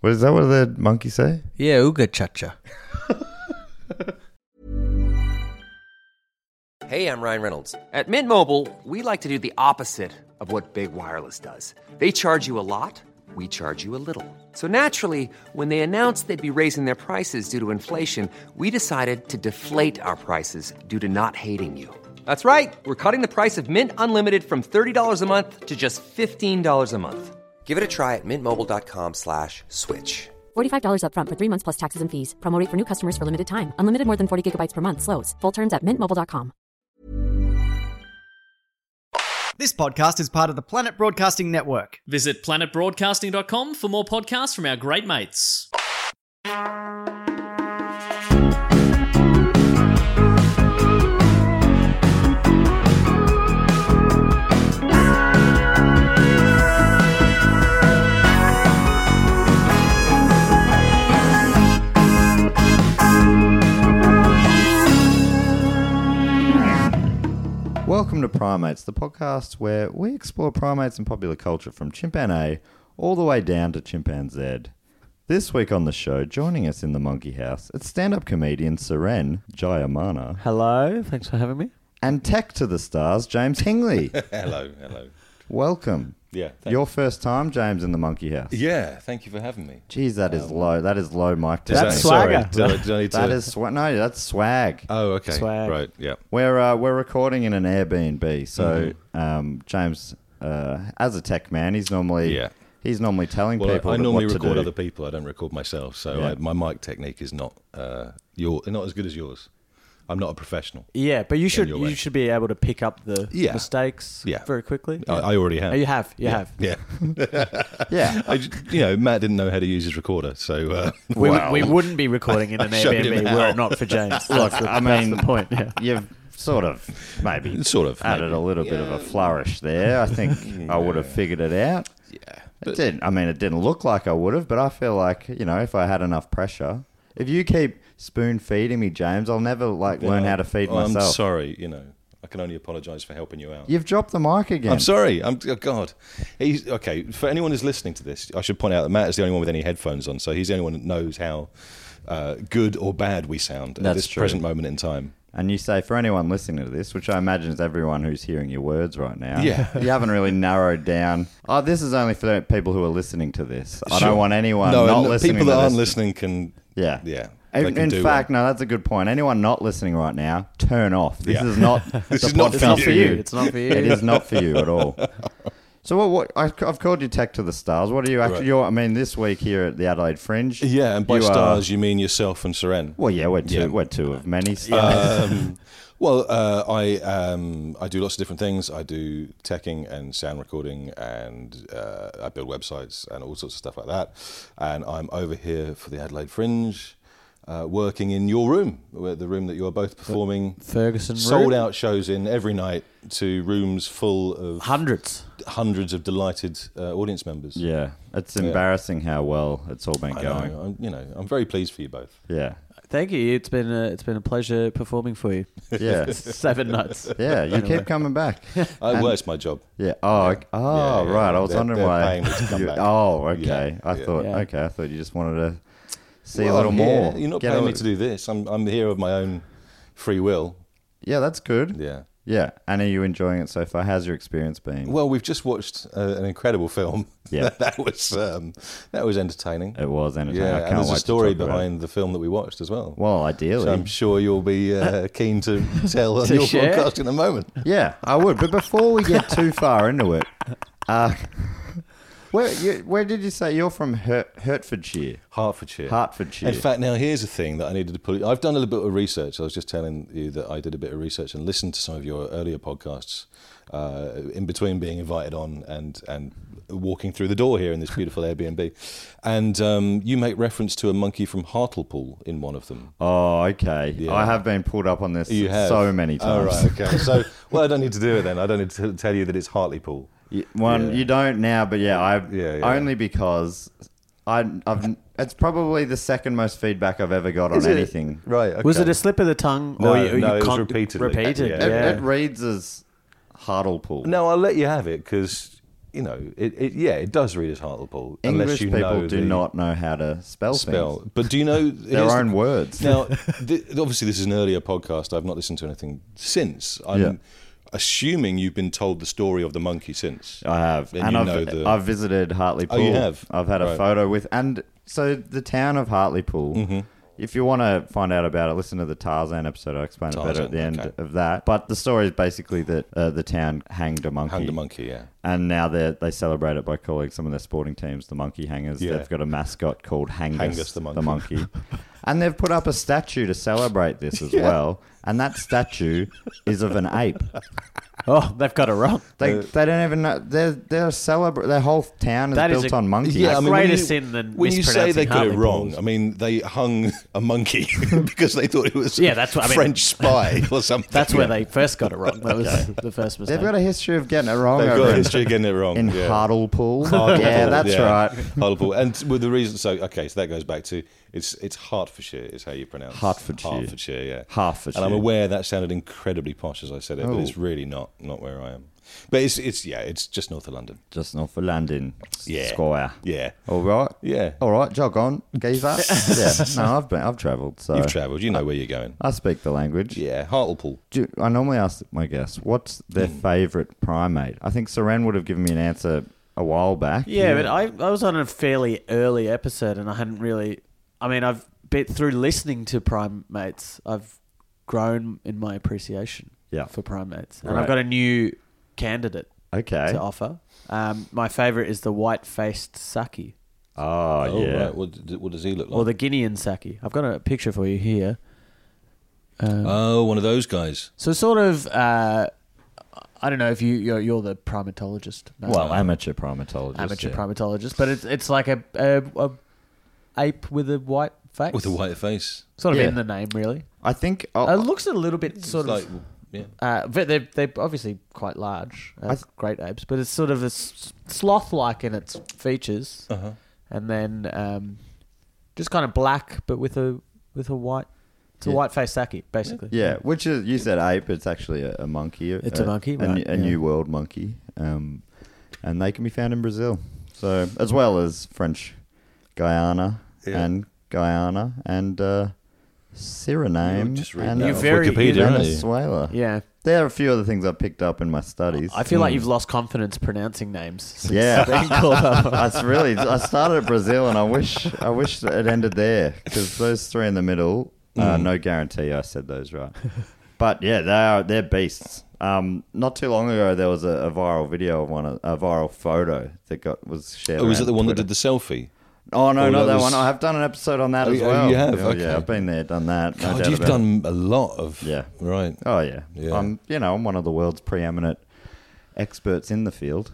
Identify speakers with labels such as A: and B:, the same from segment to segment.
A: What is that? What do the monkeys say?
B: Yeah, Ooga Cha Cha.
C: Hey, I'm Ryan Reynolds. At Mint Mobile, we like to do the opposite of what Big Wireless does. They charge you a lot, we charge you a little. So naturally, when they announced they'd be raising their prices due to inflation, we decided to deflate our prices due to not hating you. That's right. We're cutting the price of Mint Unlimited from $30 a month to just $15 a month. Give it a try at mintmobile.com slash switch.
D: $45 upfront for three months plus taxes and fees. Promo rate for new customers for limited time. Unlimited more than 40 gigabytes per month. Slows. Full terms at mintmobile.com.
E: This podcast is part of the Planet Broadcasting Network.
F: Visit planetbroadcasting.com for more podcasts from our great mates.
A: Welcome to Primates, the podcast where we explore primates and popular culture from chimpan A all the way down to chimpan Z. This week on the show, joining us in the monkey house, it's stand-up comedian Seren Jayamana
B: Hello. Thanks for having me.
A: and tech to the stars James Hingley.
G: Hello, hello.
A: Welcome.
G: Yeah. thank-
A: Your first time, James, in the monkey house.
G: yeah, Um, thank you for having me.
A: Geez, that is low. That is low, Mike.
G: Is that- Sorry, do I- do I need
A: That
G: to-
A: is swag. No, that's swag.
G: Oh, okay.
H: Swag.
G: Right, yeah.
A: We're uh, we're recording in an Airbnb, so
G: Mm-hmm.
A: um, James, uh, as a tech man, he's normally
G: Yeah.
A: he's normally telling
G: Well,
A: people
G: I, I
A: that
G: normally
A: what to
G: record
A: do.
G: other people. I don't record myself, so
A: Yeah.
G: I, my mic technique is not uh, your not as good as yours. I'm not a professional.
H: Yeah, but you should
G: your
H: you
G: way.
H: should be able to pick up the
G: Yeah.
H: mistakes
G: Yeah.
H: very quickly.
G: I, I already have.
H: Oh, you have, you have.
G: Yeah.
A: Yeah,
G: I, j- you know, Matt didn't know how to use his recorder, so uh,
H: We, we wouldn't be recording in an
G: showed him
H: Airbnb
G: how.
H: were it not for James.
A: look,
H: that's the,
A: I
H: that's
A: mean,
H: the point. Yeah.
A: you've sort of maybe
G: Sort of,
A: added
G: maybe.
A: a little bit of a flourish there. I think I would have figured it out. Yeah, it didn't. I mean, it didn't look like I would have, but I feel like you know, if I had enough pressure, if you keep spoon feeding me, James, I'll never like learn how to feed
G: I'm
A: myself.
G: sorry, you know. I can only apologise for helping you out.
A: You've dropped the mic again.
G: I'm sorry. I'm oh God. He's okay. For anyone who's listening to this, I should point out that Matt is the only one with any headphones on, so he's the only one that knows how uh, good or bad we sound at
A: That's
G: this
A: true.
G: present moment in time.
A: And you say, for anyone listening to this, which I imagine is everyone who's hearing your words right now,
G: Yeah.
A: you haven't really narrowed down. Oh, this is only for the people who are listening to this. I
G: Sure.
A: don't want anyone
G: no,
A: not
G: and
A: listening.
G: people
A: to
G: that
A: this.
G: aren't listening can.
A: yeah,
G: yeah, they
A: In,
G: can
A: in
G: do
A: fact, no, that's a good point. Anyone not listening right now, turn off. This
G: Yeah.
A: is not.
G: This
A: the
G: is not
A: podcast
G: for you.
H: It's not for you.
A: it is not for you at all. So what? what I, I've called you Tech to the Stars. What are you actually?
G: Right.
A: You're, I mean, this week here at the Adelaide Fringe.
G: Yeah, and by
A: you are-
G: stars you mean yourself and Seren.
A: well, yeah, we're two.
G: Yeah.
A: We're two of many stars.
G: um, well, uh, I um, I do lots of different things. I do teching and sound recording, and uh, I build websites and all sorts of stuff like that. And I'm over here for the Adelaide Fringe, uh, working in your room, where- the room that you are both performing
B: Ferguson room?
G: sold out shows in every night to rooms full of
B: Hundreds.
G: hundreds of delighted uh, audience members.
A: Yeah, it's embarrassing how well it's all been
G: I
A: going.
G: know. I'm, you know, I'm very pleased for you both.
A: Yeah,
H: Thank you. It's been a, it's been a pleasure performing for you.
A: yeah,
H: Seven nuts.
A: yeah. You keep coming back.
G: I, Uh, well, it's my job.
A: Yeah. Oh, ok- oh,
G: yeah,
A: right. I
G: yeah.
A: was
G: They're-
A: wondering
G: they're
A: why.
G: paying me to come
A: you-
G: back.
A: oh, okay.
G: Yeah,
A: I
G: yeah.
A: thought.
H: Yeah.
A: Okay, I thought you just wanted to see a
G: Well,
A: little
G: I'm here.
A: more.
G: You're not
A: Get a
G: paying me
A: little-
G: to do this. I'm I'm here of my own free will.
A: Yeah, that's good.
G: Yeah.
A: Yeah. And are you enjoying it so far? How's your experience been?
G: Well, we've just watched uh, an incredible film.
A: Yeah.
G: that was um, that was entertaining.
A: it was entertaining.
G: Yeah,
A: I can't
G: and there's
A: wait
G: a
A: to
G: story
A: talk about it.
G: behind the film that we watched as well.
A: Well, ideally.
G: So I'm sure you'll be uh, keen to tell on your
H: share?
G: podcast in a moment.
A: Yeah, I would. But before we get too far into it, uh, Where, you, where did you say you're from? Hert, Hertfordshire.
G: Hertfordshire.
A: Hertfordshire.
G: In fact, now here's a thing that I needed to put. I've done a little bit of research. I was just telling you that I did a bit of research and listened to some of your earlier podcasts uh, in between being invited on and and walking through the door here in this beautiful Airbnb. And um, you make reference to a monkey from Hartlepool in one of them.
A: Oh, okay. I have been pulled up on this
G: You have
A: so many
G: All
A: times.
G: right. Okay. So well, I don't need to do it then. I don't need to tell you that it's Hartlepool.
A: Y- One, you don't now, but yeah, I
G: Yeah, yeah.
A: only because I, I've. It's probably the second most feedback I've ever got on anything.
G: Right. Okay.
H: Was it a slip of the tongue?
G: No,
H: or you, you
G: no, it was
H: can't-
G: repeatedly.
H: Repeated,
G: Yeah.
H: yeah.
A: It, it reads as Hartlepool.
G: No, I'll let you have it because you know it, it. Yeah, it does read as Hartlepool.
A: English
G: unless you
A: people
G: know
A: do
G: the
A: not know how to spell,
G: spell.
A: things.
G: But do you know
A: Their
G: here's the-
A: own words.
G: Now, th- obviously, this is an earlier podcast. I've not listened to anything since. I'm
A: Yeah.
G: assuming you've been told the story of the monkey since.
A: I have,
G: Then
A: and
G: you
A: I've
G: know the-
A: I've visited Hartlepool.
G: Oh, you have?
A: I've had a
G: Right.
A: photo with, and so the town of Hartlepool.
G: Mm-hmm.
A: If you want to find out about it, listen to the Tarzan episode. I'll explain it better
G: Tarzan,
A: at the end
G: okay.
A: of that. But the story is basically that uh, the town hanged a monkey.
G: Hanged a monkey, yeah.
A: And now they they celebrate it by calling some of their sporting teams the Monkey Hangers.
G: Yeah.
A: They've got a mascot called Hangus,
G: Hangus the monkey.
A: and they've put up a statue to celebrate this as well. And that statue is of an ape.
H: Oh, they've got it wrong.
A: They,
G: Uh,
A: they don't even know they're they're celebra- their whole town is
H: That is
A: built
H: a-
A: on monkeys.
H: Yeah, um, I mean-
G: when
H: greater
G: you-
H: sin than
G: when you say they
H: mispronouncing
G: got it
H: Hartlepool.
G: wrong. I mean, they hung a monkey because they thought it was
H: Yeah, that's what I mean.
G: French spy or something.
H: That's where they first got it wrong. That was the first mistake.
A: they've got a history of getting it wrong.
G: They've
A: over
G: got a
A: in-
G: history of getting it wrong.
A: in
G: yeah.
A: Hartlepool. Oh, yeah, that's
G: yeah.
A: right.
G: Hartlepool, and with the reason. So okay, so that goes back to it's it's Hertfordshire is how you pronounce
A: Hertfordshire.
G: Hertfordshire, yeah,
A: Hertfordshire. Oh.
G: And I'm aware that sounded incredibly posh as I said it, but it's really not not where I am. But it's it's yeah, it's just north of London.
A: Just north of London.
G: Yeah.
A: Squire.
G: Yeah,
A: All right.
G: Yeah.
A: All right. Jog on. Geezer. yeah. No, I've been. I've travelled. So
G: you've travelled, you know where you're going.
A: I speak the language.
G: Yeah, Hartlepool.
A: Do, I normally ask my guests what's their
G: Mm.
A: favourite primate. I think Saran would have given me an answer a while back.
H: Yeah, but I, I was on a fairly early episode and I hadn't really. I mean, I've bit through listening to primates, I've grown in my appreciation
A: Yeah.
H: for primates. And
A: Right.
H: I've got a new candidate
A: Okay.
H: to offer. Um, my favourite is the white faced Saki
A: Oh,
G: Oh,
A: yeah.
G: right. What, d- what does he look like?
H: or the Guinean Saki. I've got a picture for you here.
G: oh, one of those guys.
H: So, sort of, uh, I don't know if you, you're, you're the primatologist. Matt.
A: Well, amateur primatologist.
H: amateur
A: yeah.
H: primatologist, but it's, it's like a, a, a ape with a white face.
G: With a white face.
H: Sort of
A: Yeah.
H: in the name, really.
A: I think.
H: Uh,
A: Oh,
H: it looks a little bit sort
G: Like,
H: of.
G: yeah.
H: Uh, but they're, they're obviously quite large, uh,
A: I th-
H: great apes, but it's sort of a s- sloth like in its features.
A: Uh-huh.
H: And then um, just kind of black, but with a with a white. It's a
A: Yeah.
H: white faced saki, basically.
A: Yeah, which is you said ape. It's actually a, a monkey.
H: It's a monkey,
A: a,
H: right,
A: a
H: yeah.
A: new world monkey, um, and they can be found in Brazil. So as well as French Guyana
G: Yeah.
A: and Guyana and uh, Suriname
G: You're just reading
A: and
G: that
H: You're
G: off
H: very-
G: Wikipedia, aren't you?
A: Venezuela.
H: Yeah.
A: there are a few other things I picked up in my studies.
H: I feel like you've lost confidence pronouncing names. since
A: Yeah.
H: being called up.
A: That's really. I started at Brazil, and I wish I wish it ended there because those three in the middle. Uh,
G: Mm.
A: No guarantee I said those right, but yeah, they are they're beasts. Um, not too long ago, there was a, a viral video of one, of- a viral photo that got was shared.
G: Oh, was it
A: around
G: the one that
A: Twitter.
G: did the selfie?
A: Oh no,
G: Oh,
A: not
G: that
A: that
G: was-
A: one. I have done an episode on that
G: Oh,
A: as
G: you- oh,
A: well.
G: you have?
A: Oh,
G: Okay.
A: Yeah, I've been there, done that. no
G: God,
A: doubt
G: you've
A: about it.
G: done a lot of.
A: Yeah.
G: Right.
A: Oh yeah.
G: Yeah.
A: I'm you know I'm one of the world's preeminent experts in the field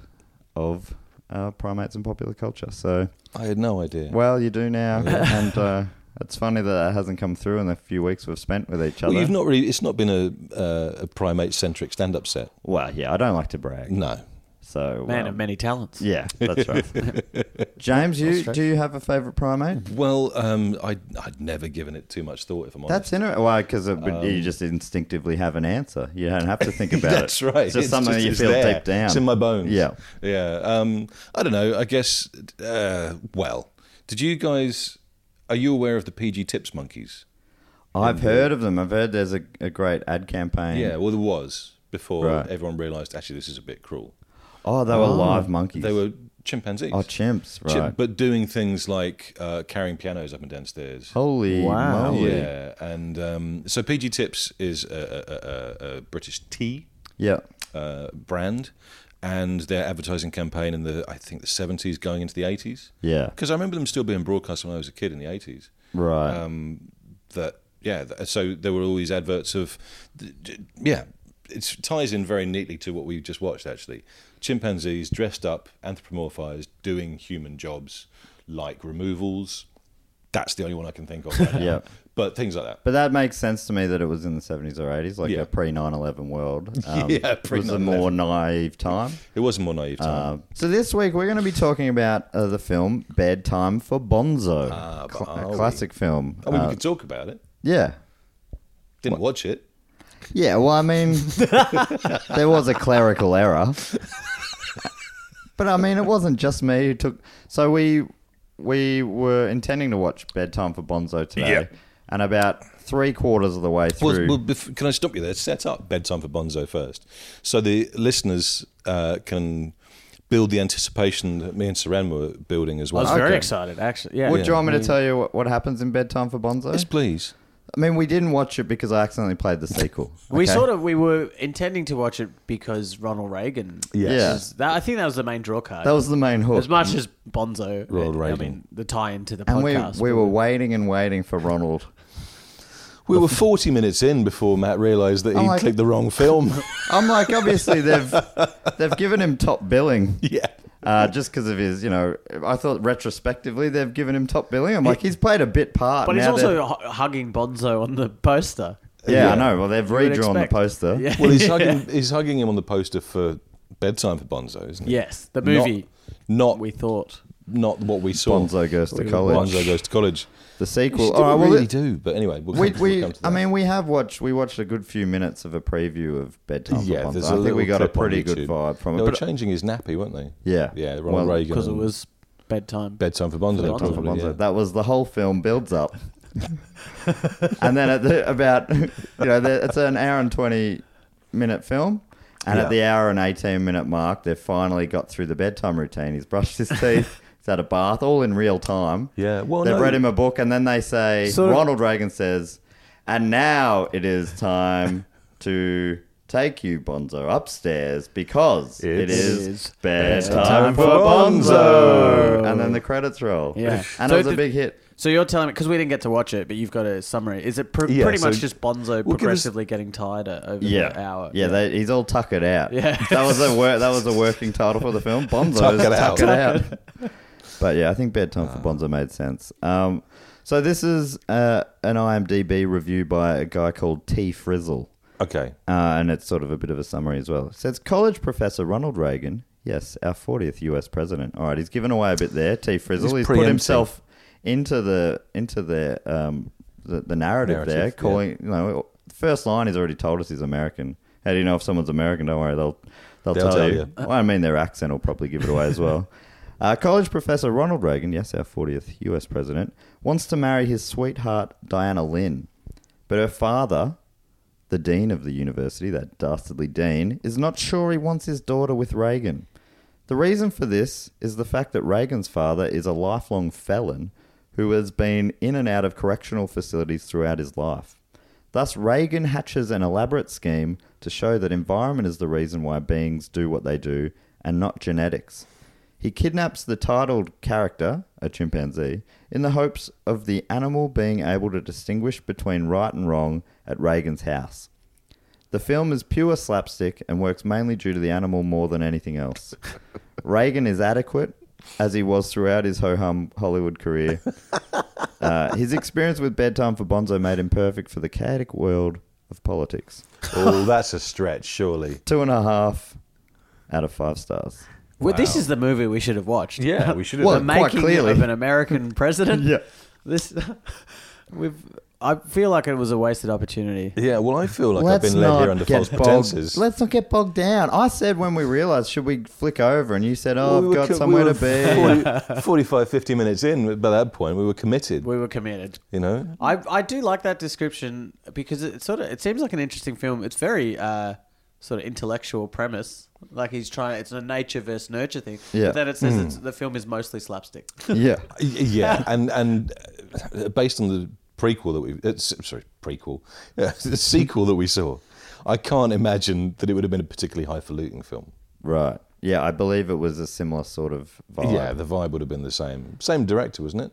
A: of uh, primates and popular culture. So
G: I had no idea.
A: Well, you do now, and uh, it's funny that that hasn't come through in the few weeks we've spent with each other.
G: Well, you've not really. It's not been a, uh, a primate-centric stand-up set.
A: Well, yeah, I don't like to brag.
G: No.
A: So,
H: Man
A: um,
H: of many talents.
A: yeah, that's right. James, you do you have a favorite primate?
G: Well, um, I I'd never given it too much thought. If I'm honest,
A: That's interesting. Why? Because you just instinctively have an answer. You don't have to think about
G: Um, That's
A: it.
G: right.
A: It's just something
G: just-
A: you
G: it's
A: feel
G: there.
A: deep down.
G: It's in my bones.
A: Yeah.
G: Yeah. Um, I don't know. I guess. Uh, well, did you guys? Are you aware of the PG Tips monkeys?
A: I've heard of them. I've heard there's a, a great ad campaign.
G: Yeah. Well, there was before
A: Mm. Right.
G: everyone realised actually this is a bit cruel.
A: Oh, they were live monkeys.
G: They were chimpanzees.
A: oh chimps,
G: Chim-
A: right?
G: but doing things like uh, carrying pianos up and downstairs.
A: Holy
H: Wow.
A: moly!
G: Yeah, and um, so PG Tips is a, a, a, a British tea
A: yeah.
G: uh, brand, and their advertising campaign in the I think the seventies going into the eighties.
A: Yeah.
G: because I remember them still being broadcast when I was a kid in the eighties.
A: Right.
G: That yeah, th- so there were all these adverts of th- j- yeah. It ties in very neatly to what we just watched actually. Chimpanzees dressed up, anthropomorphized, doing human jobs like removals. That's the only one I can think of. Right now.
A: Yeah.
G: but things like that.
A: But that makes sense to me that it was in the 70s or 80s, like
G: Yeah.
A: a pre 9 11 world. Um,
G: Yeah,
A: It was a
G: pre-9/11.
A: more naive time.
G: It was a more naive time.
A: Uh, so this week we're going to be talking about uh, the film Bedtime for Bonzo,
G: Ah, but
A: Cla-
G: are
A: a
G: we?
A: classic film.
G: I mean,
A: Uh,
G: we could talk about it.
A: yeah,
G: Didn't watch it.
A: yeah. Well, I mean, there was a clerical error, but I mean, it wasn't just me who took. So we we were intending to watch Bedtime for Bonzo today,
G: Yeah.
A: and about three quarters of the way
G: Well,
A: through,
G: well, bef- can I stop you there? Set up bedtime for Bonzo first, so the listeners uh, can build the anticipation that me and Saran were building as
H: I
G: well.
H: was very excited, actually. Yeah. Mm.
A: would you want me to tell you what, what happens in Bedtime for Bonzo?
G: Yes, please.
A: I mean, we didn't watch it because I accidentally played the sequel.
H: We sort of we were intending to watch it because Ronald Reagan.
A: Yes.
H: was- that, I think that was the main draw card.
A: that was the main hook.
H: as much as Bonzo.
G: Ronald
H: I
G: Reagan.
H: mean, the tie into the
A: And we,
H: podcast.
A: we were waiting and waiting for Ronald.
G: We were 40 minutes in before Matt realised that he'd
A: Oh, I-
G: clicked the wrong film.
A: I'm like, obviously they've they've given him top billing.
G: yeah.
A: Uh, just because of his, you know, I thought retrospectively they've given him top billing. I'm like, he's played a bit part.
H: but he's
A: now
H: also
A: they've-
H: hu- hugging Bonzo on the poster.
A: yeah, I know. Well, they've
H: would
A: redrawn the
H: expect.
A: poster.
H: Yeah.
G: Well, he's hugging, he's hugging him on the poster for bedtime for Bonzo, isn't he?
H: Yes, the movie.
G: Not
H: What we thought.
G: not what we saw.
A: Bonzo goes to college.
G: Bonzo goes to college.
A: The
G: Which
A: sequel.
G: didn't
A: All right, well,
G: really
A: it-
G: do. But anyway, we'll
A: we,
G: come,
A: we,
G: we'll come to that.
A: I mean, we have watched. We watched a good few minutes of a preview of bedtime. for
G: Yeah,
A: Bonzo.
G: there's
A: I
G: a
A: think we
G: little
A: got a
G: clip on
A: pretty good
G: YouTube.
A: vibe from
G: They
A: it.
G: were
A: But uh,
G: changing his nappy, weren't they?
A: Yeah.
G: yeah. Ronald
A: Well,
G: Reagan
H: because it
G: and
H: was bedtime.
G: bedtime for Bonzo.
H: Bedtime
A: Tom for
G: probably,
A: Bonzo.
G: yeah.
A: That was the whole film builds up. and then at the, about, you know, the, it's an hour and 20 minute film. And at
G: Yeah.
A: the hour and 18 minute mark, they've finally got through the bedtime routine. He's brushed his teeth, he's had a bath, all in real time.
G: Yeah, well,
A: they've
G: no.
A: read him a book, and then they say,
H: Sort of-
A: Ronald Reagan says, and now it is time to. Take you, Bonzo, upstairs because it
G: It's
A: is
H: bedtime
A: bedtime for
H: for
A: Bonzo. And then the credits roll.
H: Yeah.
A: And
H: So
A: it was a
H: did-
A: big hit.
H: So you're telling me because we didn't get to watch it, but you've got a summary. Is it pr-
G: Yeah,
H: pretty
G: so
H: much just Bonzo
G: we'll give us-
H: progressively getting tired over the hour?
A: Yeah, They, he's all tuckered out.
H: Yeah.
A: that was a wor- that was a working title for the film. Bonzo
G: Tuck
A: is
G: it out.
A: tuckered out. but yeah, I think bedtime for Bonzo made sense. Um, so this is uh, an IMDb review by a guy called T Frizzle.
G: Okay.
A: Uh, and it's sort of a bit of a summary as well. It says college professor Ronald Reagan, yes, our 40th U.S. president. All right, he's given away a bit there. T. Frizzle,
G: He's
A: he's, put
G: preempting.
A: himself into the into the um, the, the narrative,
G: Narrative,
A: there,
G: yeah.
A: calling you know the first line he's already told us he's American. How do you know if someone's American? Don't worry, they'll they'll, tell, you. Well, I mean, their accent will probably give it away as well. Uh, college professor Ronald Reagan, yes, our 40th U.S. president, wants to marry his sweetheart Diana Lynn, but her father, the dean of the university, that dastardly dean, is not sure he wants his daughter with Reagan. The reason for this is the fact that Reagan's father is a lifelong felon who has been in and out of correctional facilities throughout his life. Thus, Reagan hatches an elaborate scheme to show that environment is the reason why beings do what they do and not genetics. He kidnaps the titled character, a chimpanzee, in the hopes of the animal being able to distinguish between right and wrong at Reagan's house. The film is pure slapstick and works mainly due to the animal more than anything else. Reagan is adequate, as he was throughout his ho hum Hollywood career. Uh, his experience with Bedtime for Bonzo made him perfect for the chaotic world of politics.
G: oh, that's a stretch, surely.
A: Two and a half out of five stars.
H: Well, this is the movie we should have watched.
G: Yeah, we should have
H: Well, the
A: done. Quite
H: making
A: clearly.
H: of an American president.
A: Yeah.
H: This we've. I feel like it was a wasted opportunity.
G: Yeah, well, I feel like I've been led here under false pretenses.
A: bogged. Let's not get bogged down. I said when we realized, should we flick over? And you said, oh,
G: We
A: I've
G: were
A: got
G: co-
A: somewhere
G: we were
A: to be.
G: 40, 45, 50 minutes in, by that point, we were committed,
H: We were committed.
G: you know?
H: I I do like that description because it sort of it seems like an interesting film. It's very uh, sort of intellectual premise. Like he's trying. It's a nature versus nurture thing.
A: Yeah.
H: But then it says it's,
G: Hmm.
H: the film is mostly slapstick.
A: yeah.
G: Y- Yeah, and and uh, based on the prequel that we, uh, s- sorry, prequel, yeah, the sequel that we saw, I can't imagine that it would have been a particularly highfalutin film.
A: Right. Yeah, I believe it was a similar sort of vibe.
G: Yeah, the vibe would have been the same. Same director, wasn't it?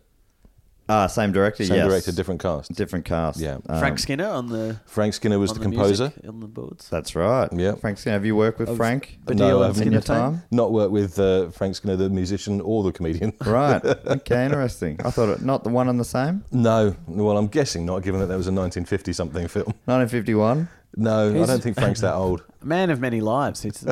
A: Ah, same director.
G: Same
A: yes.
G: director, different cast.
A: different cast.
G: Yeah.
A: Um,
H: Frank Skinner on the
G: Frank Skinner was
H: on
G: the, composer.
H: music, on the boards.
A: That's right.
G: Yeah.
A: Frank Skinner. Have you worked with Frank
G: No, I haven't.
A: in your time?
G: Not worked with uh, Frank Skinner, the musician or the comedian.
A: right. Okay. Interesting. I thought it, not the one and the same.
G: No, well, I'm guessing not, given that that was a 1950 something film.
A: 1951.
G: No, I don't think Frank's that old.
H: Man of many lives. It's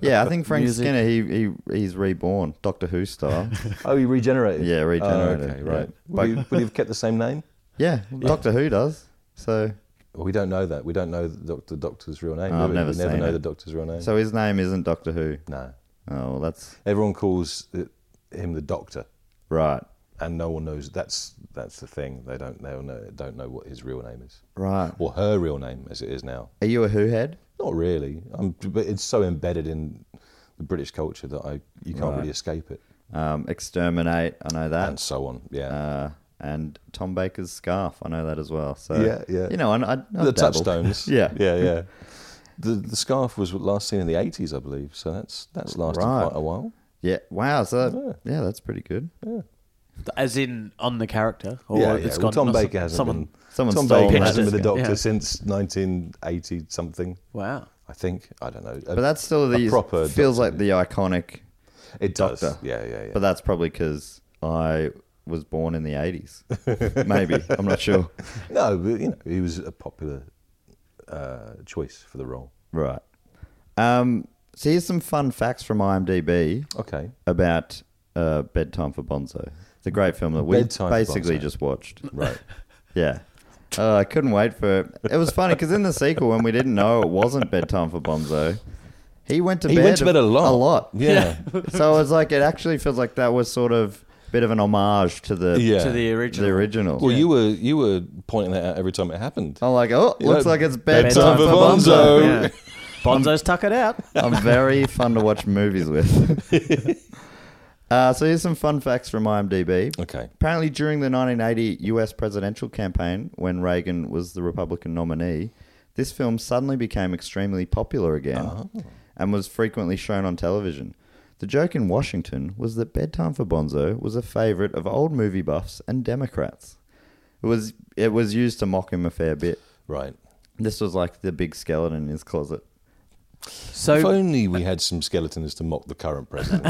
A: Yeah, I think Frank
H: Music.
A: Skinner. He he he's reborn, Doctor Who style.
G: Oh, he regenerated.
A: Yeah, regenerated,
G: Oh, okay,
A: yeah.
G: right.
A: But-
G: Would, he, would he have kept the same name?
A: yeah, Doctor Who does. So
G: Well, we don't know that. We don't know the, doc- the doctor's real name.
A: Oh,
G: do
A: I've
G: we?
A: never
G: we never
A: seen
G: know
A: it.
G: the doctor's real name.
A: so his name isn't Doctor Who.
G: no,
A: Oh, well, that's
G: everyone calls it, him the doctor,
A: right.
G: and no one knows. That's that's the thing. They don't they don't know, don't know what his real name is
A: Right.
G: or her real name as it is now.
A: Are you a Who head?
G: Not really. I'm, but it's so embedded in the British culture that I you can't really escape it,
A: Um, exterminate. I know that.
G: and so on. Yeah.
A: uh, and Tom Baker's scarf. I know that as well. So
G: Yeah, yeah.
A: You know, and I, I've
G: the
A: dabbled.
G: touchstones.
A: yeah,
G: yeah, yeah. The the scarf was last seen in the eighties, I believe. So that's that's lasted
A: Right.
G: quite a while.
A: yeah. Wow. So that, yeah. that's pretty good.
H: as in on the character, or
G: yeah,
H: it's
G: yeah.
H: gone.
G: Well, Tom
H: not
G: Baker
H: some-
G: hasn't
H: someone.
G: been.
A: someone's
G: Tom
A: stolen
G: Baker
A: that.
G: hasn't been the Doctor
H: Yeah.
G: since nineteen eighty something.
H: Wow.
G: I think I don't know.
A: But that's still the
G: a proper
A: feels
G: doctor.
A: like the iconic.
G: it does.
A: doctor.
G: Yeah, yeah, yeah.
A: But that's probably because I was born in the eighties. Maybe I'm not sure.
G: no, but, you know, he was a popular uh, choice for the role.
A: Right. Um, so here's some fun facts from IMDb
G: Okay.
A: about uh, bedtime for Bonzo. It's a great film that we
G: Bedtime for
A: basically
G: Bonzo.
A: just watched.
G: Right.
A: Yeah. Uh, I couldn't wait for it. It was funny because in the sequel, when we didn't know it wasn't bedtime for Bonzo, he went to
G: He
A: bed.
G: went to bed a lot.
A: A lot.
G: Yeah.
A: so it was like, it actually feels like that was sort of a bit of an homage to the,
G: Yeah.
H: To the original.
A: the original.
G: Well, you were you were pointing that out every time it happened.
A: I'm like, oh,
G: You
A: looks
G: know,
A: like it's bedtime, for Bonzo.
G: Bonzo.
H: Yeah. Bonzo's tuck it out.
A: I'm very fun to watch movies with. uh, so here's some fun facts from IMDb.
G: Okay.
A: Apparently, during the 1980 US presidential campaign, when Reagan was the Republican nominee, this film suddenly became extremely popular again and was frequently shown on television. The joke in Washington was that Bedtime for Bonzo was a favorite of old movie buffs and Democrats. It was it was used to mock him a fair bit.
G: Right.
A: This was like the big skeleton in his closet.
G: if
H: So
G: only we had some skeletons to mock the current president.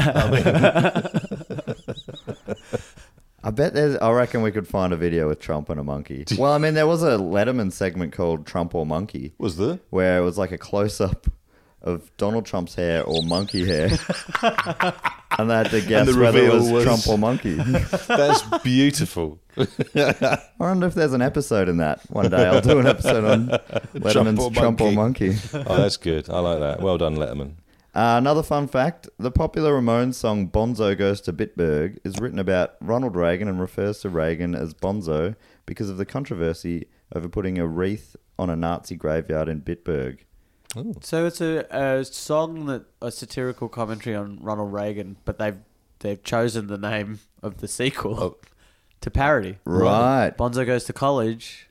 A: I bet there's. I reckon we could find a video with Trump and a monkey. Well, I mean, there was a Letterman segment called Trump or Monkey,
G: was there?
A: where it was like a close up of Donald Trump's hair or monkey hair, and they had to guess
G: the
A: whether it
G: reveal
A: was,
G: was-
A: Trump or monkey.
G: That's beautiful.
A: I wonder if there's an episode in that. One day I'll do an episode on Letterman's
G: or
A: Trump or
G: monkey.
A: Monkey.
G: Oh, that's good. I like that. Well done, Letterman.
A: Uh, another fun fact the popular Ramones song Bonzo Goes to Bitburg is written about Ronald Reagan and refers to Reagan as Bonzo because of the controversy over putting a wreath on a Nazi graveyard in Bitburg.
H: so it's a, a song that a satirical commentary on Ronald Reagan, but they've they've chosen the name of the sequel
G: Oh.
H: to parody.
A: Right.
H: Bonzo goes to college,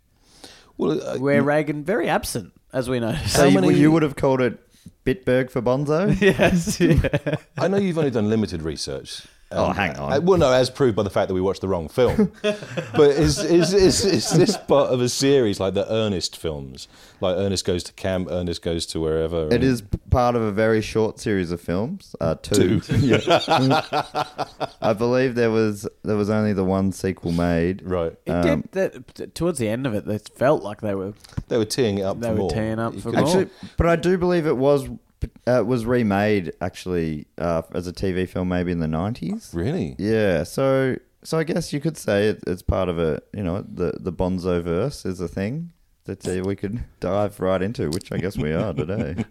G: Well, uh,
H: where Reagan very absent, as we know.
A: So
G: How
A: you,
G: many-
A: you would have called it Bitburg for Bonzo?
H: yes. yeah.
G: I know you've only done limited research.
A: Oh, hang on.
G: uh, well, no, as proved by the fact that we watched the wrong film. but is, is, is, is this part of a series like the Ernest films? Like Ernest goes to camp, Ernest goes to wherever.
A: It is p- part of a very short series of films. Uh, two. Yeah. I believe there was there was only the one sequel made.
G: Right.
H: It did that, towards the end of it, it felt like they were
G: They were teeing it up
H: They
G: for
H: were
G: more.
H: teeing up
G: You
H: for
G: could-
H: more.
A: Actually, but I do believe it was uh, it was remade actually uh, as a TV film maybe in the nineties.
G: Really?
A: Yeah, so so I guess you could say it, it's part of a you know the the Bonzo verse is a thing that uh, we could dive right into, which I guess we are today.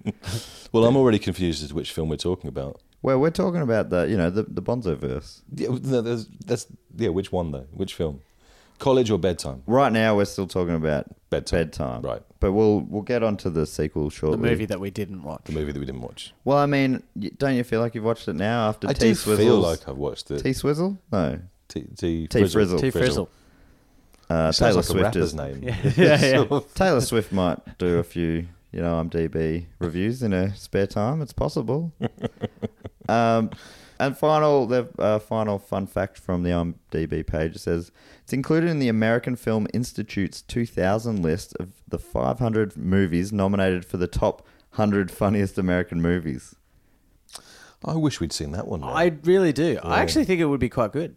G: Well, I'm already confused as to which film we're talking about.
A: well, we're talking about the you know the the Bonzo verse.
G: Yeah, no, there's, that's, yeah, which one though? Which film? College or bedtime?
A: Right now, we're still talking about
G: Bedtime.
A: bedtime,
G: Right.
A: But we'll we'll get onto the sequel
H: the
A: shortly.
H: movie that we didn't watch.
G: The movie that we didn't watch.
A: Well, I mean, y- don't you feel like you've watched it now after
G: I
A: T
G: do
A: Swizzle?
G: feel like I've watched the
A: T Swizzle. No,
G: T, T,
A: T Frizzle.
H: T Frizzle.
A: uh,
G: Sounds
A: Taylor
G: like a
A: Swift
G: rapper's
A: is
G: name.
H: yeah, yeah.
A: Taylor Swift might do a few You know, I'm DB reviews in a spare time. It's possible. um, and final, the uh, final fun fact from the IMDb page it says it's included in the American Film Institute's 2000 list of the 500 movies nominated for the top 100 funniest American movies.
G: I wish we'd seen that one. now.
H: I really do. I actually think it would be quite good.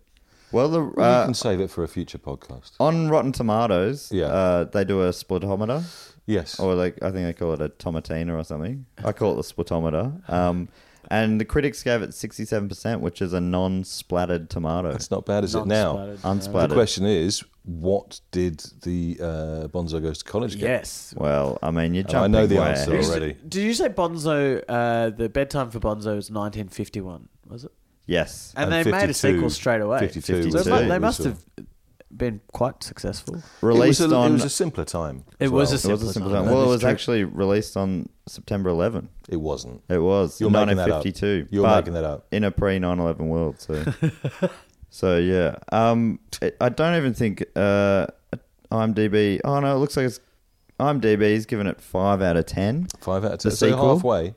A: Well, the
G: We
A: uh,
G: can save it for a future podcast.
A: on Rotten Tomatoes,
G: Yeah.
A: uh, they do a splitometer.
G: Yes.
A: or like I think they call it a tomatina or something. I call it the splitometer. Um, and the critics gave it sixty-seven percent, which is a non-splattered tomato,
G: That's not bad, is it? Now, the
A: unsplattered.
G: question is, what did the uh, Bonzo Goes to College get?
H: Yes.
A: Well, I mean, you're
G: And I
A: jumping.
G: know the
A: way
G: answer
A: ahead.
G: already.
H: Did you say Bonzo? Uh, the bedtime for Bonzo was 1951, was it?
A: Yes,
H: And,
G: And
H: they made a
G: 52
H: sequel straight away.
G: 52 was
H: So
A: the-
H: they
G: was
H: must
G: the-
H: have been quite successful.
A: released
G: it was a,
A: on.
G: It was a simpler time.
H: It
G: as
H: was
A: it
G: well.
H: a
A: was a
H: simpler
A: simple
H: time.
A: time.
H: That
A: Well, it
H: is
A: was
H: true.
A: actually released on September 11.
G: It wasn't.
A: It was
G: You're making that up.
A: 1952.
G: You're
A: but
G: making that up.
A: in a pre 9/11 world. So, so yeah. Um, I- I don't even think uh, IMDb. Oh no, it looks like it's IMDb's given it five out of ten.
G: Five out of
A: The
G: ten. So
A: sequel?
G: halfway.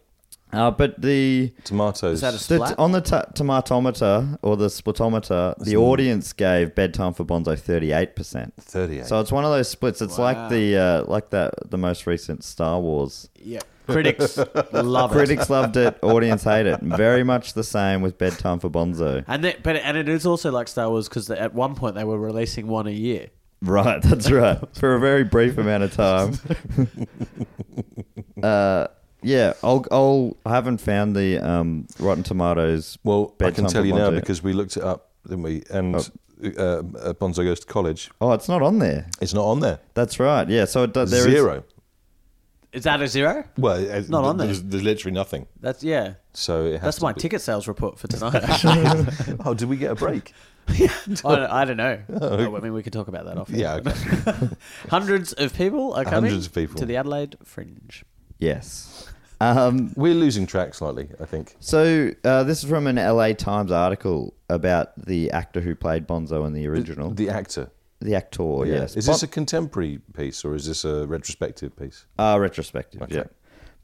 A: Uh, but the,
G: Tomatoes.
H: that a
A: the
H: Splat?
A: on the t- tomatometer or the splitometer, the audience gave bedtime for Bonzo thirty eight percent.
G: 38.
A: So it's one of those splits. It's like the uh, like that the most recent Star Wars.
H: Yeah. Critics love it.
A: Critics loved it, audience hate it. Very much the same with bedtime for Bonzo.
H: And they, but and it is also like Star Wars because at one point they were releasing one a year.
A: Right, that's right. For a very brief amount of time. uh, yeah, I'll, I'll I haven't found the um, Rotten Tomatoes.
G: well, I
A: bedtime
G: can tell you
A: for
G: now
A: Bonzo.
G: because we looked it up, didn't we? And uh, uh, Bonzo Goes to College.
A: oh, it's not on there.
G: It's not on there.
A: That's right. Yeah, so it does. there is
G: Zero.
H: Is that a zero?
G: Well, it's
H: Not on there.
G: There's, there's literally nothing.
H: That's yeah.
G: So it has
H: That's
G: to
H: my
G: be-
H: ticket sales report for tonight. actually.
G: Oh, did we get a break?
H: I, don't, I don't know. Oh, I mean, we can talk about that off. air.
G: yeah. Okay.
H: Hundreds of people are coming.
G: Hundreds of people.
H: to the Adelaide Fringe.
A: Yes. Um,
G: We're losing track slightly, I think.
A: so uh, this is from an LA Times article about the actor who played Bonzo in the original. The,
G: The actor.
A: actor, yes.
G: Is this a contemporary piece or is this a retrospective piece?
A: Uh, retrospective.
G: Okay.
A: Yeah.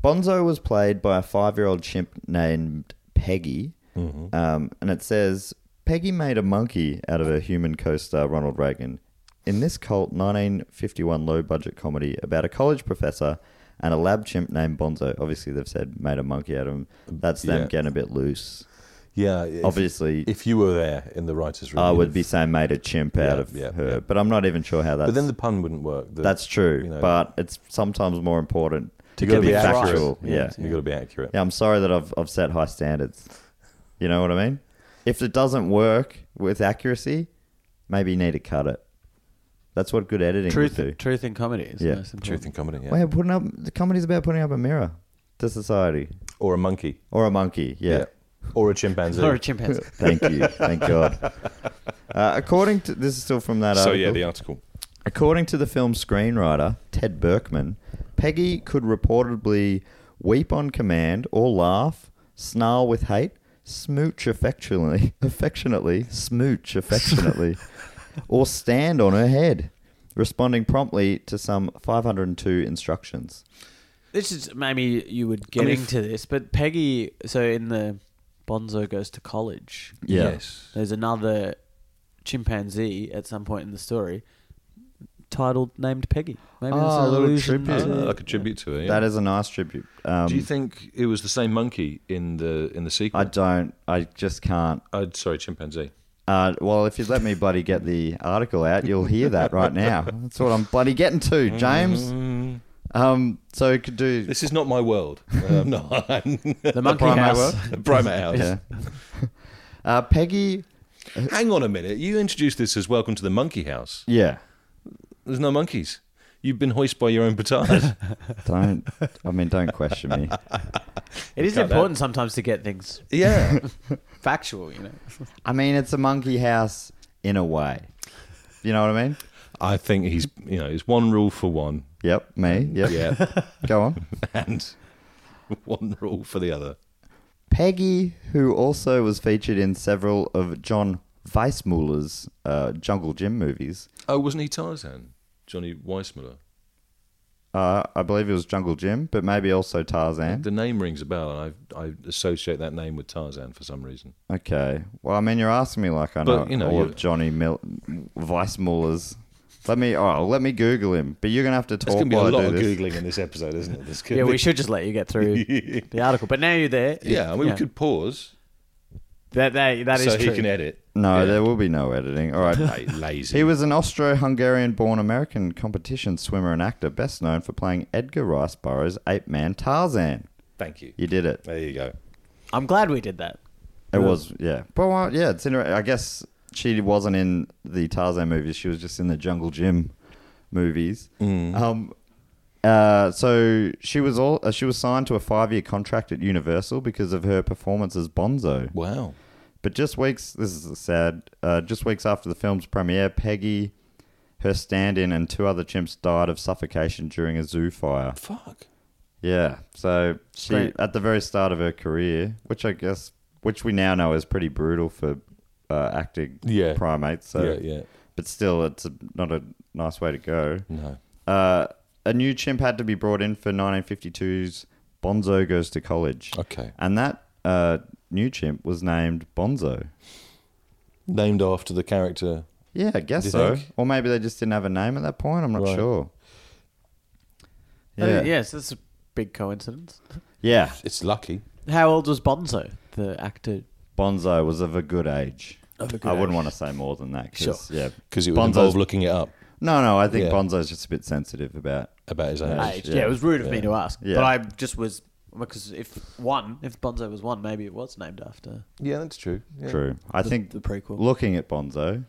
A: Bonzo was played by a five year old chimp named Peggy.
G: Mm-hmm.
A: Um, and it says Peggy made a monkey out of her human co star, Ronald Reagan, in this cult 1951 low budget comedy about a college professor and a lab chimp named Bonzo. Obviously, they've said made a monkey out of him. That's them
G: Yeah.
A: getting a bit loose.
G: Yeah. if-
A: Obviously,
G: If you were there in the writer's room.
A: I
G: you'd
A: would
G: have-
A: be saying made a chimp out
G: Yeah,
A: of
G: yeah,
A: her.
G: yeah.
A: But I'm not even sure how that's.
G: But then the pun wouldn't work. The-
A: that's true.
G: you know.
A: but it's sometimes more important to
G: gotta
A: get
G: be
A: it
G: accurate.
A: factual.
G: Yeah,
A: yeah.
G: You've got to be accurate.
A: Yeah, I'm sorry that I've, I've set high standards. You know what I mean? If it doesn't work with accuracy, maybe you need to cut it. That's what good editing
H: Truth,
A: would do.
H: truth in comedy. Is
A: Yeah.
H: the most
G: Truth
H: important.
G: and comedy, yeah.
A: Well, putting up the comedy's about putting up a mirror to society
G: Or a monkey.
A: or a monkey. yeah.
G: Or a chimpanzee.
H: Or a chimpanzee.
A: Thank you. Thank God. Uh, according to this is still from that
G: so,
A: article.
G: yeah, the article.
A: According to the film's screenwriter, Ted Berkman, Peggy could reportedly weep on command or laugh, snarl with hate, smooch affectionately, affectionately, smooch affectionately, or stand on her head, responding promptly to some 502 instructions.
H: This is maybe you would get into this, but Peggy. So in the Bonzo goes to college.
G: Yes.
H: There's another chimpanzee at some point in the story, titled named Peggy. Maybe
A: Oh,
H: that's
A: a
H: an
A: little
H: allusion
A: tribute.
H: to-
A: Yeah.
G: Uh, like a tribute to it. yeah.
A: That is a nice tribute. Um,
G: Do you think it was the same monkey in the in the sequel?
A: I don't. I just can't.
G: i sorry, chimpanzee.
A: Uh, well, if you let me bloody get the article out, you'll hear that right now. That's what I'm bloody getting to, James. Um, so it could do
G: This is not my world. Um, no,
H: The monkey
A: primate
H: house.
A: world?
G: primate house.
A: Yeah. Uh, Peggy.
G: Hang on a minute. You introduced this as "Welcome to the Monkey House."
A: Yeah.
G: There's no monkeys. You've been hoist by your own petard.
A: Don't. I mean, don't question me.
H: It is
G: Got that.
H: important sometimes to get things
G: yeah.
H: factual, you know.
A: I mean, it's a monkey house in a way. You know what I mean?
G: I think he's. You know, it's one rule for one.
A: Yep. Me. Yep.
G: Yeah.
A: Go on.
G: and one rule for the other.
A: Peggy, who also was featured in several of John Weissmuller's uh, Jungle Jim movies.
G: Oh, wasn't he Tarzan? Johnny Weissmuller.
A: Uh, I believe it was Jungle Jim, but maybe also Tarzan.
G: The name rings a bell, and I I associate that name with Tarzan for some reason.
A: Okay. Well, I mean, you're asking me like I know,
G: But, you know,
A: all
G: you-
A: of Johnny Mil- Weissmuller's. Let me, oh, let me Google him. But you're gonna have to
G: There's
A: talk
G: going to be a
A: while I
G: lot
A: do
G: of
A: this.
G: googling in this episode, isn't it? This could
H: Yeah,
G: be-
H: we should just let you get through the article. But now you're there.
G: Yeah, I mean, we could pause
H: That, that, that is
G: so he
H: true.
G: can edit.
A: No,
G: Yeah.
A: there will be no editing. All right.
G: Hey, lazy.
A: He was an Austro-Hungarian born American competition swimmer and actor, best known for playing Edgar Rice Burroughs' ape-man Tarzan.
G: Thank you.
A: You did it.
G: There you go.
H: I'm glad we did that.
A: It was, yeah. But well, yeah, it's interesting. I guess she wasn't in the Tarzan movies. She was just in the Jungle Jim movies. Um, uh, so she was all uh, she was signed to a five year contract at Universal because of her performance as Bonzo.
G: Wow.
A: But just weeks, this is sad. Uh, just weeks after the film's premiere, Peggy, her stand-in, and two other chimps died of suffocation during a zoo fire.
G: Fuck.
A: Yeah. So she
H: Great.
A: at the very start of her career, which I guess which we now know is pretty brutal for uh, acting
G: Yeah.
A: primates. So
G: Yeah, yeah.
A: But still it's a, not a nice way to go.
G: No.
A: Uh, a new chimp had to be brought in for 1952's Bonzo Goes to College.
G: Okay.
A: And that uh, new chimp was named Bonzo.
G: Named after the character.
A: Yeah, I guess
G: Do you
A: so.
G: think?
A: Or maybe they just didn't have a name at that point. I'm not
G: Right.
A: sure.
H: Yeah.
A: Yeah.
H: Oh, yes, that's a big coincidence.
A: Yeah.
G: It's lucky.
H: How old was Bonzo, the actor?
A: Bonzo was of a good age. I wouldn't want to say more than that. 'cause, Yeah.
G: Because it would
A: Bonzo's-
G: involve looking it up
A: No, no, I think
G: Yeah.
A: Bonzo's just a bit sensitive about.
G: about his
A: Yeah.
G: age.
H: Age. Yeah, it was rude of me to ask.
A: Yeah.
H: But I just was. Because if one, if Bonzo was one, maybe it was named after.
G: Yeah, that's true. Yeah.
A: True. I think
H: the prequel.
A: Looking at Bonzo,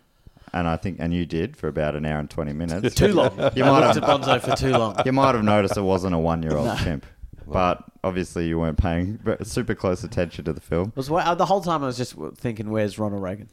A: and I think, and you did for about an hour and twenty minutes.
H: Too long.
A: You
H: I
A: might
H: looked
A: have-
H: at Bonzo for too long.
A: you might have noticed it wasn't a one-year-old chimp, but obviously you weren't paying b- super close attention to the film.
H: It was wa- the whole time I was just thinking, "Where's Ronald Reagan?"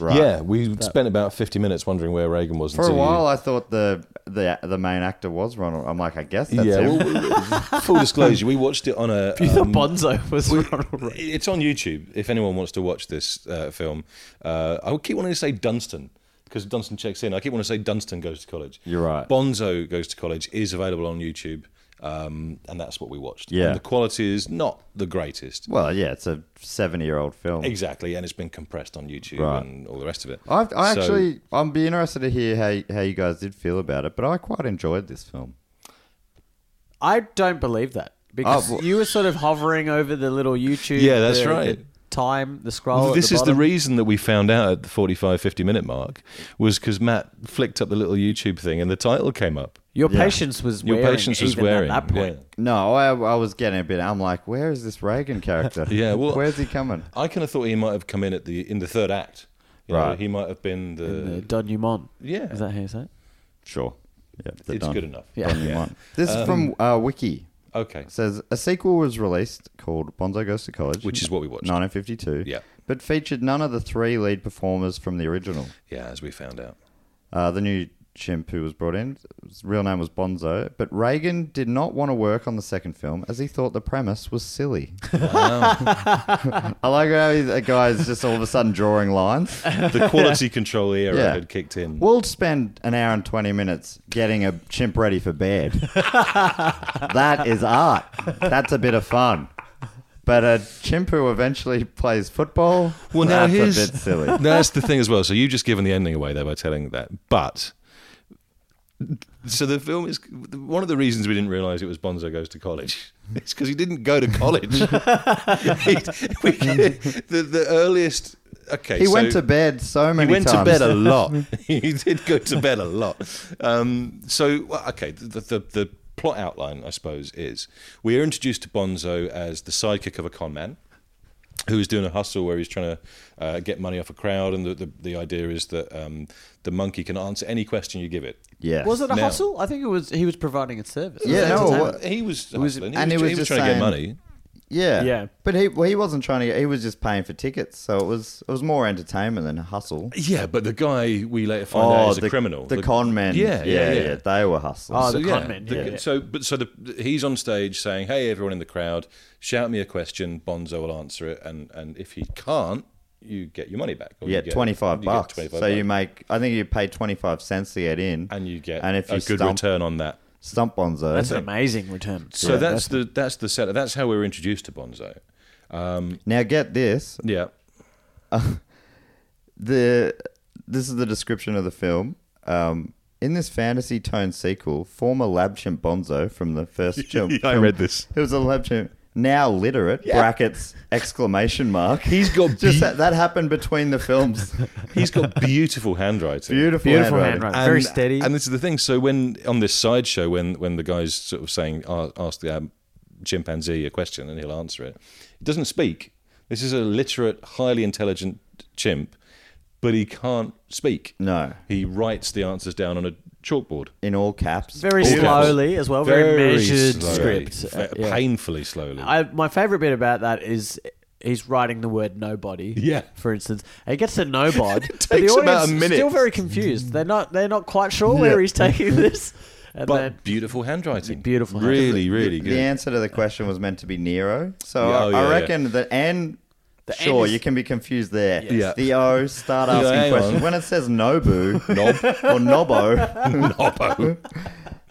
A: Right.
G: Yeah, we spent about 50 minutes wondering where Reagan was.
A: For a
G: until you-
A: while, I thought the the the main actor was Ronald. I'm like, I guess that's
G: yeah,
A: him.
G: well, full disclosure, we watched it on a.
H: You
G: um,
H: thought Bonzo was Ronald Reagan?
G: It's on YouTube. If anyone wants to watch this uh, film, uh, I would keep wanting to say Dunstan because Dunstan checks in. I keep wanting to say Dunstan goes to college.
A: You're right.
G: Bonzo goes to college is available on YouTube, um, and that's what we watched.
A: Yeah.
G: and the quality is not the greatest.
A: well, yeah, it's a seventy-year-old film.
G: Exactly, and it's been compressed on YouTube
A: Right.
G: and all the rest of it.
A: I've, I
G: So-
A: actually, I'm be interested to hear how how you guys did feel about it, but I quite enjoyed this film.
H: I don't believe that because
A: Oh, well-
H: you were sort of hovering over the little YouTube.
G: Yeah, that's
H: the-
G: right.
H: the time, the scroll.
G: Well,
H: at
G: this
H: the
G: is the
H: bottom.
G: reason that we found out at the 45 50 minute mark was because matt flicked up the little youtube thing and the title came up
H: Your patience was
G: your
H: wearing.
G: patience was
H: even
G: wearing
H: at that point.
A: No, I, I was getting a bit. I'm like, where is this Reagan character?
G: Yeah, well-
A: where's he coming?
G: yeah. i kind of thought he might have come in at the in the third act you know,
A: Right.
G: he might have been the,
H: The Don Dumont.
G: yeah
H: Is that how you say it?
A: Sure, yeah, the
G: it's
A: Don-
G: good enough
H: Yeah.
A: Don you want. This is from
G: Um,
A: uh, Wiki.
G: okay
A: It says a sequel was released called Bonzo Goes to College,
G: Which is what we watched.
A: 1952.
G: Yeah.
A: but featured none of the three lead performers from the original.
G: yeah as we found out
A: Uh, the new chimp who was brought in, his real name was Bonzo, but Reagan did not want to work on the second film as he thought the premise was silly. I like how he- the guy's just all of a sudden drawing lines.
G: the quality control era
A: Yeah.
G: had kicked in
A: We'll spend an hour and 20 minutes getting a chimp ready for bed. that is art. That's a bit of fun. But a chimp who eventually plays football,
G: Well, now
A: that's
G: here's
A: a bit silly.
G: that's the thing as well. So you've just given the ending away there by telling that, but. So the film is one of the reasons we didn't realise it was Bonzo goes to college. It's because he didn't go to college. He- we- the, the earliest, okay,
A: He
G: so
A: went to bed so
G: he
A: many
G: went
A: times.
G: to bed a lot. he did go to bed a lot. Um, so well, okay, the, the the plot outline, I suppose, is we are introduced to Bonzo as the sidekick of a con man who is doing a hustle where he's trying to uh, get money off a crowd, and the the, the idea is that um, the monkey can answer any question you give it.
A: Yeah.
H: Was it a
G: Now-
H: hustle? I think it was. He was providing a service.
A: Yeah, no,
H: Entertainment.
A: Oh, what-
G: He was,
A: was-
G: hustling.
A: and
G: he was,
A: he was
G: he
A: just
G: was trying to get
A: saying-
G: money.
A: Yeah.
H: Yeah.
A: But he well, he wasn't trying to get, he was just paying for tickets, so it was it was more entertainment than a hustle.
G: Yeah, but the guy we later find out is a
A: Oh, the
G: criminal.
A: The, con men.
G: Yeah, yeah, yeah.
A: They were hustlers.
H: Oh,
G: So,
H: the
G: yeah,
H: con men.
G: the-
H: yeah.
G: So, but so the, he's on stage saying, "Hey, everyone in the crowd, shout me a question. Bonzo will answer it, and and if he can't, you get your money back. Or
A: you get 25
G: you get
A: bucks.
G: 25
A: so you
G: bucks.
A: make I think you pay 25 cents to get in
G: and you get
A: and if
G: a
A: you
G: good
A: stump-
G: return on that.
A: Stump Bonzo.
H: That's an amazing return.
G: So that's, the that's the setup. That's how we were introduced to Bonzo.
A: Now get this.
G: Yeah.
A: the this is the description of the film. Um, in this fantasy tone sequel, former lab chimp Bonzo from the first film,
G: I read this.
A: Who was a lab chimp now literate brackets exclamation mark.
G: He's got
A: just
G: be-
A: that, that happened between the films.
G: He's got beautiful handwriting.
A: Beautiful,
H: Beautiful
A: handwriting.
H: handwriting. Very steady.
G: And this is the thing. So when on this sideshow, when when the guy's sort of saying, "Ah, ask the um, chimpanzee a question and he'll answer it, it doesn't speak. This is a literate, highly intelligent chimp, but he can't speak.
A: No.
G: he writes the answers down on a chalkboard.
A: in all caps.
H: very slowly as well. Very, measured
G: slowly,
H: script.
G: fa-
H: Uh, yeah.
G: painfully slowly.
H: I, my favorite bit about that is he's writing the word nobody.
G: Yeah.
H: For instance, and he gets to nobody.
G: It
H: but the
G: takes about
H: audience
G: a
H: is
G: minute.
H: Still very confused. They're not. They're not quite sure where he's taking this. And
G: but
H: then
G: beautiful handwriting.
H: Beautiful
G: Really, really good.
A: The answer to the question was meant to be Nero. So
G: Yeah, oh,
A: I, I
G: yeah, yeah.
A: reckon that and
H: N
A: sure
H: is-
A: you can be confused there.
G: Yeah.
A: The O start asking
G: hang on.
A: questions when it says Nobu or Nobbo,
G: Nobbo.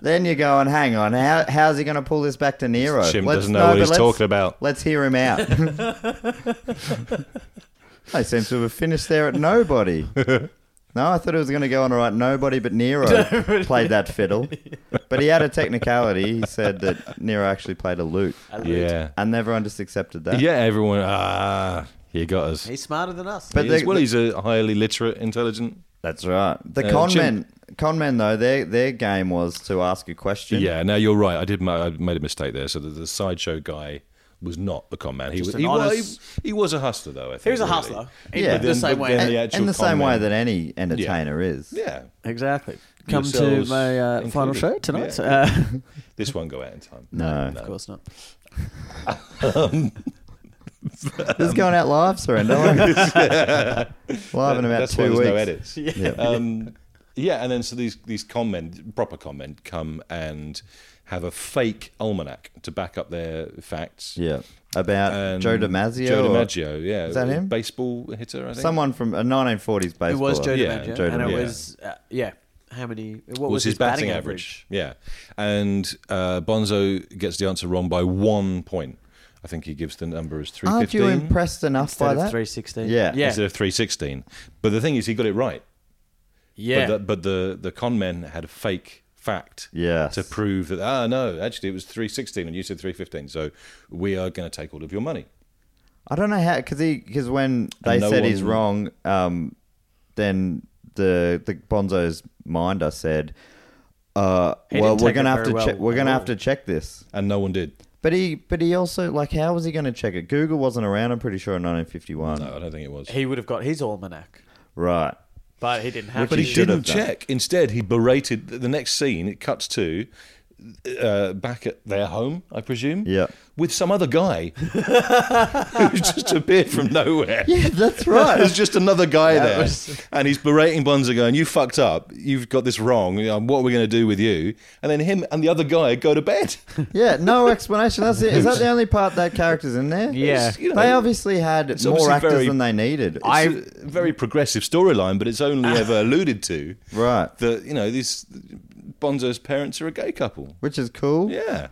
A: then you're going, hang on, how, how's he going to pull this back to Nero?
G: Jim
A: Let's-
G: doesn't know
A: no,
G: what
A: but
G: he's
A: let's-
G: talking about.
A: Let's hear him out. they seem to have finished there at nobody. No, I thought it was going to go on to write nobody but Nero played that fiddle. But he had a technicality. He said that Nero actually played a lute.
G: Yeah.
A: And everyone just accepted that.
G: Yeah, everyone. Ah, he got us.
H: he's smarter than us.
A: But
G: He is-
A: they-
G: well, he's a highly literate, intelligent.
A: That's right. The
G: Uh,
A: con
G: Jim-
A: men, con men though, their their game was to ask a question.
G: Yeah, now you're right. I did. Ma- I made a mistake there. So the, the sideshow guy was not a con man. He was.
H: an
G: He,
H: honest-
G: was he, he was a hustler though. I think
H: he was a
G: really.
H: hustler. In
A: Yeah.
H: the
A: Then-
H: same
G: but
H: way.
G: then
A: And,
G: the
A: and
G: actual
A: the same
G: con
A: way
G: man.
A: that any entertainer is.
G: Yeah.
H: Exactly. Come to
G: Yourselves
H: my uh, final
G: included.
H: show tonight.
G: Yeah.
H: Uh,
G: This won't go out in time.
A: No.
H: of course not.
A: This is going out live, Soren. Don't worry. live in about
G: That's
A: two
G: why
A: weeks.
G: there's no edits. Yeah. Um, yeah, and then so these these con men, proper con men, come and have a fake almanac to back up their facts.
A: Yeah. About
G: And
A: Joe DiMaggio.
G: Joe
A: or
G: DiMaggio, yeah.
A: Is that him?
G: Baseball hitter, I think.
A: Someone from a 1940s baseball.
H: It was Joe
G: Yeah,
H: DiMaggio,
A: Joe
H: and it
G: DiMaggio.
H: was uh, yeah. How many? What was,
G: was, his batting, average. Yeah. And uh, Bonzo gets the answer wrong by one point. I think he gives the number as
A: Aren't you
G: 315.
A: impressed enough
H: Instead
A: by
H: of
A: that?
H: 316.
A: Yeah.
H: Yeah.
G: Instead of 316. But the thing is, he got it right.
H: Yeah,
G: But, the, but the, the con men had a fake fact
A: Yes.
G: to prove that, ah, no, actually it was 316 and you said 315. So we are going to take all of your money.
A: I don't know how because he because when they
G: And no
A: said
G: one-
A: he's wrong, um, then the the Bonzo's minder said, uh,
H: didn't
A: "Well, we're
H: take
A: gonna
H: it
A: have to
H: very well
A: check. We're
H: at
A: gonna
H: all.
A: have to check this."
G: And no one did.
A: But he but he also like how was he gonna check it? Google wasn't around. I'm pretty sure in 1951.
G: No, I don't think it was.
H: he would have got his almanac,
A: Right.
H: but he didn't have.
G: but
H: to.
G: he
A: should have
G: didn't
A: done.
G: check. Instead, he berated the next scene. It cuts to uh, back at their home, I presume.
A: Yeah.
G: With some other guy who just appeared from nowhere. Yeah,
A: That's
G: There's just another guy there,
A: was-
G: and he's berating Bonzo, going, "You fucked up. You've got this wrong. You know, What are we going to do with you?" And then him and the other guy go to bed.
A: yeah. No explanation. That's it. Is that the only part that character's in there?
H: Yeah.
G: It's, you know,
A: They obviously had more
G: obviously
A: actors
G: very-
A: than they needed.
G: it's a very progressive storyline, but it's only ever alluded to.
A: Right.
G: That you know, these Bonzo's parents are a gay couple.
A: which is cool.
G: Yeah.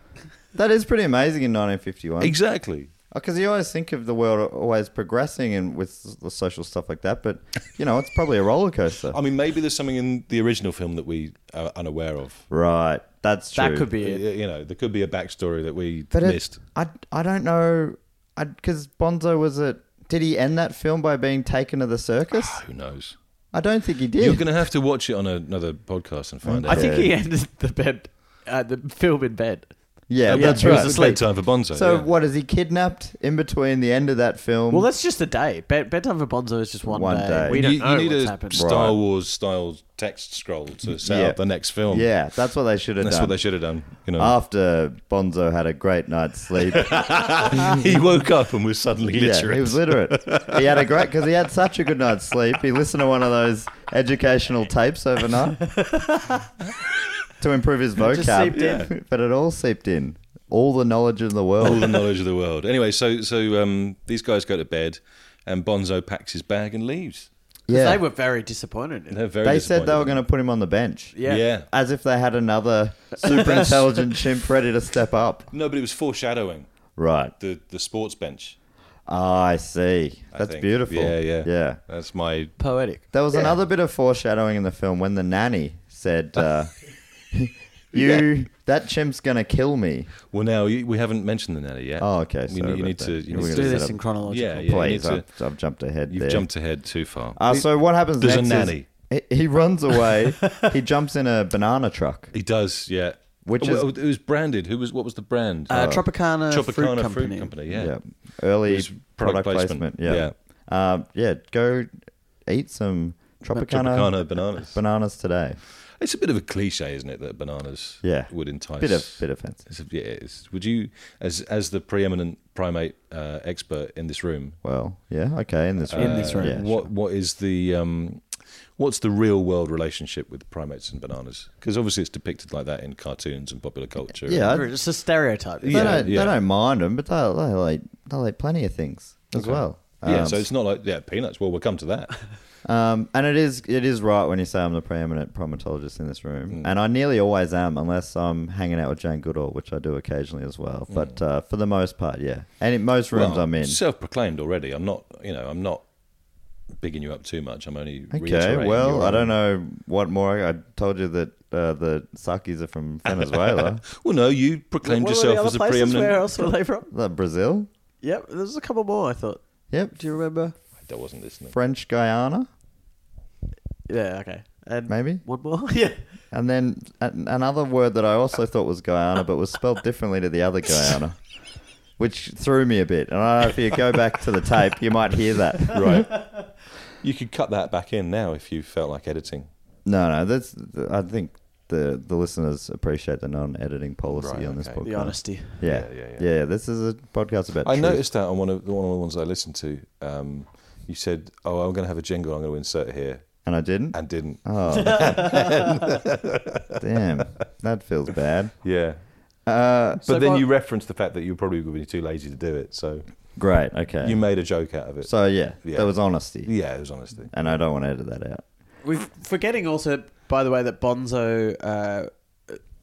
A: That is pretty amazing in 1951.
G: Exactly.
A: Because you always think of the world always progressing and with the social stuff like that, but you know it's probably a roller coaster.
G: I mean, maybe there's something in the original film that we are unaware of.
A: right, that's true.
H: that could be it.
G: You know, there could be a backstory that we
A: but it-
G: missed.
A: I I don't know, because Bonzo was it? Did he end that film by being taken to the circus?
G: Who knows?
A: I don't think he did.
G: You're going to have to watch it on another podcast and find
H: I
G: out.
H: think he ended the bed, uh, the film in bed.
G: Oh,
A: yeah,
H: Yeah,
A: that's
H: he was
A: right.
G: It's
H: asleep.
G: bedtime for Bonzo.
A: So
G: yeah.
A: what is he kidnapped in between the end of that film?
H: Well, that's just a day. Bed, bedtime for Bonzo is just one,
A: One
H: day.
A: day.
H: We
G: You,
H: don't
G: you
H: know
G: need
H: what's
G: a
H: happened.
G: Star Wars style text scroll to set
A: Yeah.
G: up the next film.
A: yeah, um, that's what they should have
G: That's
A: done.
G: what they should have done. You know,
A: After Bonzo had a great night's sleep.
G: he woke up and was suddenly
A: Ah. Yeah,
G: literate.
A: he was literate. he had a great because he had such a good night's sleep. He listened to one of those educational tapes overnight to improve his
H: just
A: vocab.
H: seeped in.
A: But it all seeped in. All the knowledge in the
G: all
A: world.
G: the knowledge of the world. Anyway, so so um, these guys go to bed, and Bonzo packs his bag and leaves.
H: Because
A: Yeah.
H: they were very disappointed. In it.
G: They're very
A: They said they were
G: disappointed.
A: going to put him on the bench.
H: Yeah.
G: Yeah.
A: As if they had another super intelligent chimp ready to step up.
G: No, but it was foreshadowing
A: Right.
G: the the sports bench.
A: Ah, I see.
G: I
A: That's
G: think.
A: beautiful.
G: Yeah, yeah,
A: Yeah.
G: That's my
H: Poetic.
A: There was another bit of foreshadowing in the film when the nanny said, uh, "You that chimp's gonna kill me."
G: well. Now you, we haven't mentioned the nanny yet.
A: Oh, okay.
G: You,
A: sorry
G: need- you
A: about
G: need
A: that.
G: to. You
A: We're
G: need
H: Let's
G: to
H: do
A: gonna
H: this
A: set
H: in
A: up-
H: chronological.
G: Yeah, yeah. you need
A: Please,
G: to,
A: I've, I've jumped ahead.
G: you've
A: there.
G: jumped ahead too far.
A: Uh, so what happens
G: There's a
A: next? is
G: nanny.
A: he, he runs away. he jumps in a banana truck.
G: he does, yeah.
A: Which
G: Oh,
A: is-
G: well, it was branded. Who was? What was the brand?
H: Uh, Tropicana, Fruit
G: Tropicana
H: Company.
G: Yeah.
A: Yeah. Early
G: It's
A: product,
G: product
A: placement.
G: placement.
A: Yeah. Um, yeah. Go eat some Tropicana,
G: Tropicana bananas.
A: bananas today.
G: It's a bit of a cliche, isn't it, that bananas
A: Yeah.
G: would entice.
A: Bit of bit of offensive.
G: It's a- yeah, it's- would you, as as the preeminent primate uh, expert in this room,
A: Well, yeah, okay. In this room.
H: In this room.
A: Yeah,
G: what what is the um, what's the real world relationship with primates and bananas? Because obviously it's depicted like that in cartoons and popular culture.
A: Yeah, I-
H: It's a stereotype.
A: They,
G: Yeah,
A: don't,
G: yeah.
A: they don't mind them, but they'll, they'll, eat, they'll eat plenty of things as well.
G: yeah.
A: Um,
G: so it's not like yeah peanuts. Well, we'll come to that.
A: um, and it is it is right when you say I'm the preeminent primatologist in this room,
G: Mm.
A: and I nearly always am, unless I'm hanging out with Jane Goodall, which I do occasionally as well. But uh, for the most part, yeah, and in most rooms
G: Mm. Well,
A: I'm in.
G: Self-proclaimed already. I'm not. You know, I'm not bigging you up too much. I'm only
A: Okay,
G: reiterating
A: well,
G: your
A: I
G: own-
A: don't know what more. I told you that uh, the Sakis are from Venezuela,
G: Well, no, you proclaimed yourself as a preeminent.
H: Where else were they from?
A: the Brazil.
H: Yep, there's a couple more. I thought.
A: Yep,
H: Do you remember?
G: I wasn't listening.
A: French Guyana,
H: Yeah. Okay. And
A: maybe.
H: one more. yeah.
A: And then an- another word that I also thought was Guyana, but was spelled differently to the other Guyana, which threw me a bit. And I don't know if you go back to the tape, you might hear that.
G: Right. you could cut that back in now if you felt like editing.
A: No, no, that's. I think the the listeners appreciate the non-editing policy
G: Right,
A: on this
G: okay.
A: podcast.
H: The honesty.
A: Yeah.
G: Yeah,
A: Yeah,
G: yeah,
A: yeah, This is a podcast about.
G: I
A: truth.
G: noticed that on one of one of the ones I listened to. Um, you said, "Oh, I'm going to have a jingle. I'm going to insert it here,"
A: and I didn't.
G: and didn't.
A: Damn, that feels bad.
G: Yeah.
A: Uh,
G: But then
H: by-
G: you referenced the fact that you were probably going to be too lazy to do it, so
A: great. Okay.
G: you made a joke out of it.
A: so yeah,
G: Yeah.
A: there was honesty,
G: yeah, it was honesty.
A: and I don't want to edit that out.
H: We're forgetting also, by the way, that Bonzo, uh,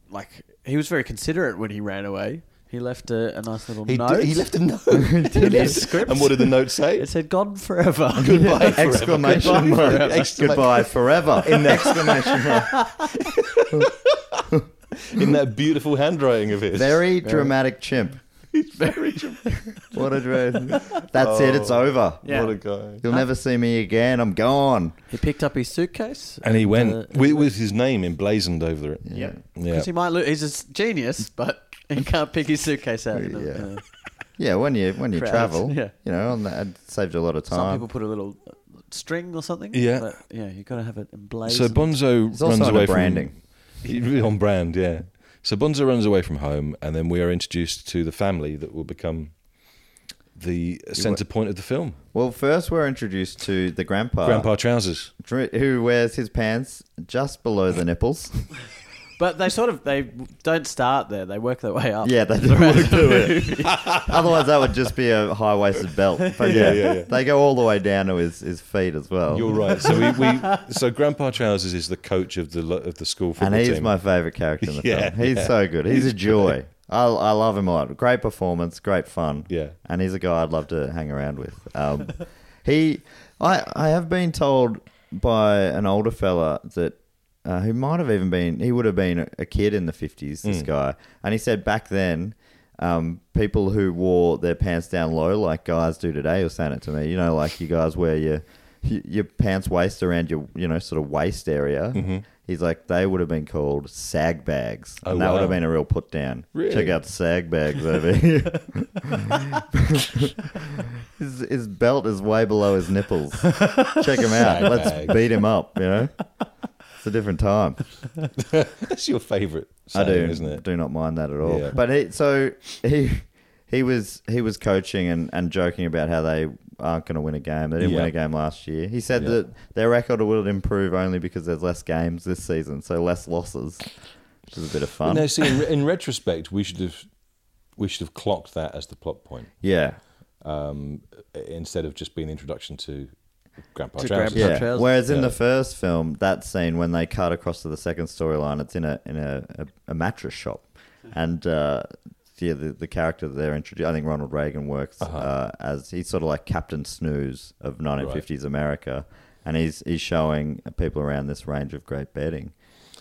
H: like, he was very considerate when he ran away. He left a, a nice little note.
G: a note in his script. And what did the note say?
H: It said, "Gone forever."
G: Goodbye forever.
A: exclamation
G: Goodbye
A: mark.
G: forever.
A: Goodbye forever. In the exclamation mark.
G: in that beautiful handwriting of his.
A: Very dramatic chimp.
G: very. What
A: What a dream. That's it. It's over.
G: a guy.
A: You'll never see me again. I'm gone.
H: He picked up his suitcase
G: And he went
H: Uh,
G: with, with his name emblazoned over it.
H: Yeah.
G: Yeah.
H: because he might look. He's a s- genius, but he can't pick his suitcase out. in a-
A: Yeah.
H: uh,
A: Yeah, when you when you
H: Crowds,
A: travel,
H: yeah.
A: you know, and that saved you a lot of
H: some
A: time.
H: people put a little uh, string or something.
G: Yeah.
H: but yeah. You got to have it
G: So
H: emblazoned.
G: Bonzo
A: It's also
G: runs
A: on the
G: away
A: branding.
G: from on brand, yeah. So Bonzo runs away from home, and then we are introduced to the family that will become the center point of the film.
A: well, first we're introduced to the grandpa,
G: Grandpa trousers.
A: dr- who wears his pants just below the nipples.
H: but they sort of they don't start there. They work their way up.
A: yeah, they don't want to do it. Otherwise, that would just be a high waisted belt. But yeah,
G: yeah, yeah.
A: they go all the way down to his, his feet as well.
G: You're right. So we, we so Grandpa trousers is the coach of the lo- of the school football
A: and he's
G: team.
A: my favorite character in the
G: Yeah,
A: film. He's
G: yeah.
A: so good. He's a joy. I, I love him a lot. Great performance, great fun.
G: Yeah.
A: and he's a guy I'd love to hang around with. Um, he, I, I have been told by an older fella that. Uh, who might have even been he would have been a- a kid in the 50s
G: Hmm.
A: this guy and he said back then um, people who wore their pants down low like guys do today were saying it to me you know like you guys wear your y- your pants waist around your you know sort of waist area he's like they would have been called sag bags
G: Mm-hmm. Oh,
A: and that would have
G: wow.
A: been a real put down
G: Really?
A: check out sag bags over here his, his belt is way below his nipples check him out
G: Sag
A: let's
G: bags.
A: beat him up you know it's a different time
G: That's your favorite.
A: I
G: Saying,
A: do,
G: isn't it?
A: do not mind that at all.
G: Yeah.
A: But he, so he he was he was coaching and, and joking about how they aren't going to win a game. They didn't win
G: Yeah.
A: a game last year. He said
G: Yeah.
A: that their record will improve only because there's less games this season, so less losses, which is a bit of fun.
G: No, see, in, in retrospect, we should have we should have clocked that as the plot point
A: yeah,
G: um, instead of just being the introduction to Grandpa
H: To
G: Trousers.
H: Grandpa
A: Yeah.
H: trousers.
A: Whereas in the first film, that scene when they cut across to the second storyline, it's in a in a, a, a mattress shop, and uh, yeah, the, the character that they're introduced, I think Ronald Reagan works uh as he's sort of like Captain Snooze of 1950s America, and he's he's showing people around this range of great bedding.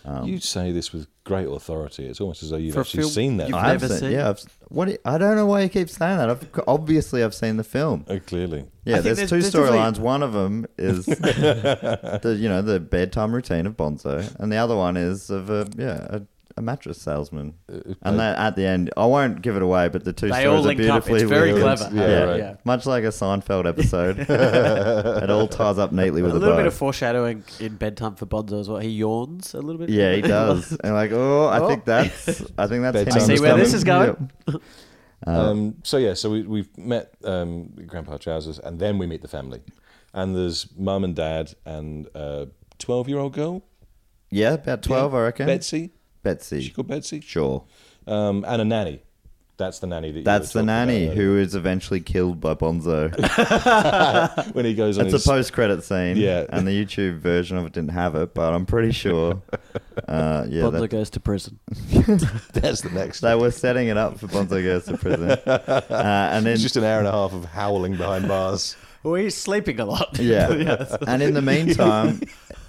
A: Um,
G: you say this with great authority. It's almost as though you've
H: For a
G: actually
H: film-
G: seen that.
H: you've
G: film.
A: I have
H: never seen
A: Yeah, I've, what do you- I don't know why you keep saying that. I've, obviously, I've seen the film.
G: Oh, clearly.
H: I
A: Yeah,
H: think
A: there's,
H: there's-
A: two
H: there's
A: storylines. One of them is the you know the bedtime routine of Bonzo, and the other one is of a yeah a, a mattress salesman. And that at the end, I won't give it away, but the two
H: They
A: stories
H: all
A: are
H: link up. It's
A: beautifully
H: very
A: linked.
H: clever.
A: Yeah,
H: Yeah, right. Yeah.
A: much like a Seinfeld episode, it all ties up neatly with
H: a little
A: bow.
H: bit of foreshadowing in bedtime for Bonzo as well. He yawns a little bit.
A: Yeah, he does. and like, oh, I
H: Oh.
A: think that's I think that's.
G: Bedtime
A: him
G: I see where this
A: coming.
H: is going.
A: Yep.
G: Um, so yeah, so we, we've met um, Grandpa Trousers, and then we meet the family, and there's mum and dad and a twelve-year-old girl,
A: Yeah, about twelve, I reckon.
G: Betsy.
A: Betsy.
G: She called Betsy,
A: Sure.
G: um, and a nanny. That's the nanny that. you
A: That's
G: were
A: the
G: talking about
A: nanny
G: earlier.
A: who is eventually killed by Bonzo.
G: when he goes on
A: It's a
G: his
A: post credit scene.
G: Yeah.
A: And the YouTube version of it didn't have it, but I'm pretty sure. Uh, yeah.
H: Bonzo
A: That,
H: goes to prison.
G: That's the next.
A: they were setting it up for Bonzo Goes to Prison. Uh, and then.
G: It's just an hour and a half of howling behind bars.
H: Well, he's sleeping a lot.
A: yeah. And in the meantime.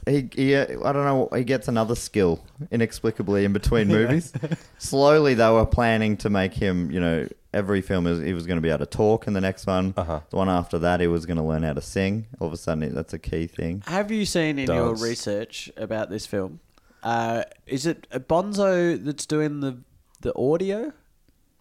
A: He, he, uh, I don't know. He gets another skill inexplicably in between movies. Slowly, they were planning to make him. You know, every film is he was going to be able to talk in the next one.
G: Uh-huh.
A: The one after that, he was going to learn how to sing. All of a sudden, that's a key thing.
H: Have you seen in
G: Dance.
H: your research about this film? Uh, is it Bonzo that's doing the the audio?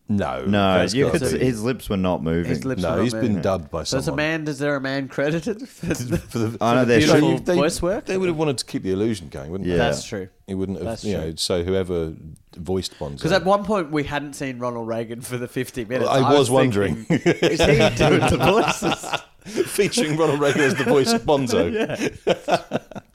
G: No,
A: No,
G: that's
A: you
G: gotta
A: could.
G: be-
A: His lips were not moving.
H: His lips
G: No,
H: were
G: he's
H: not
G: been
H: moving.
G: dubbed by
H: So there's a
G: someone.
H: man. Is there a man credited for the,
G: For the,
A: I know
G: for the
A: they're
G: beautiful
H: shooting-
G: they-
H: voice work.
G: They would have wanted to keep the illusion going, wouldn't
A: Yeah.
G: they?
H: That's true.
G: He wouldn't have,
H: That's
G: you
H: true.
G: know. So whoever voiced Bonzo,
H: Because at one point we hadn't seen Ronald Reagan for the 50 minutes.
G: I was wondering.
H: thinking, is he doing the voices?
G: featuring Ronald Reagan as the voice of Bonzo.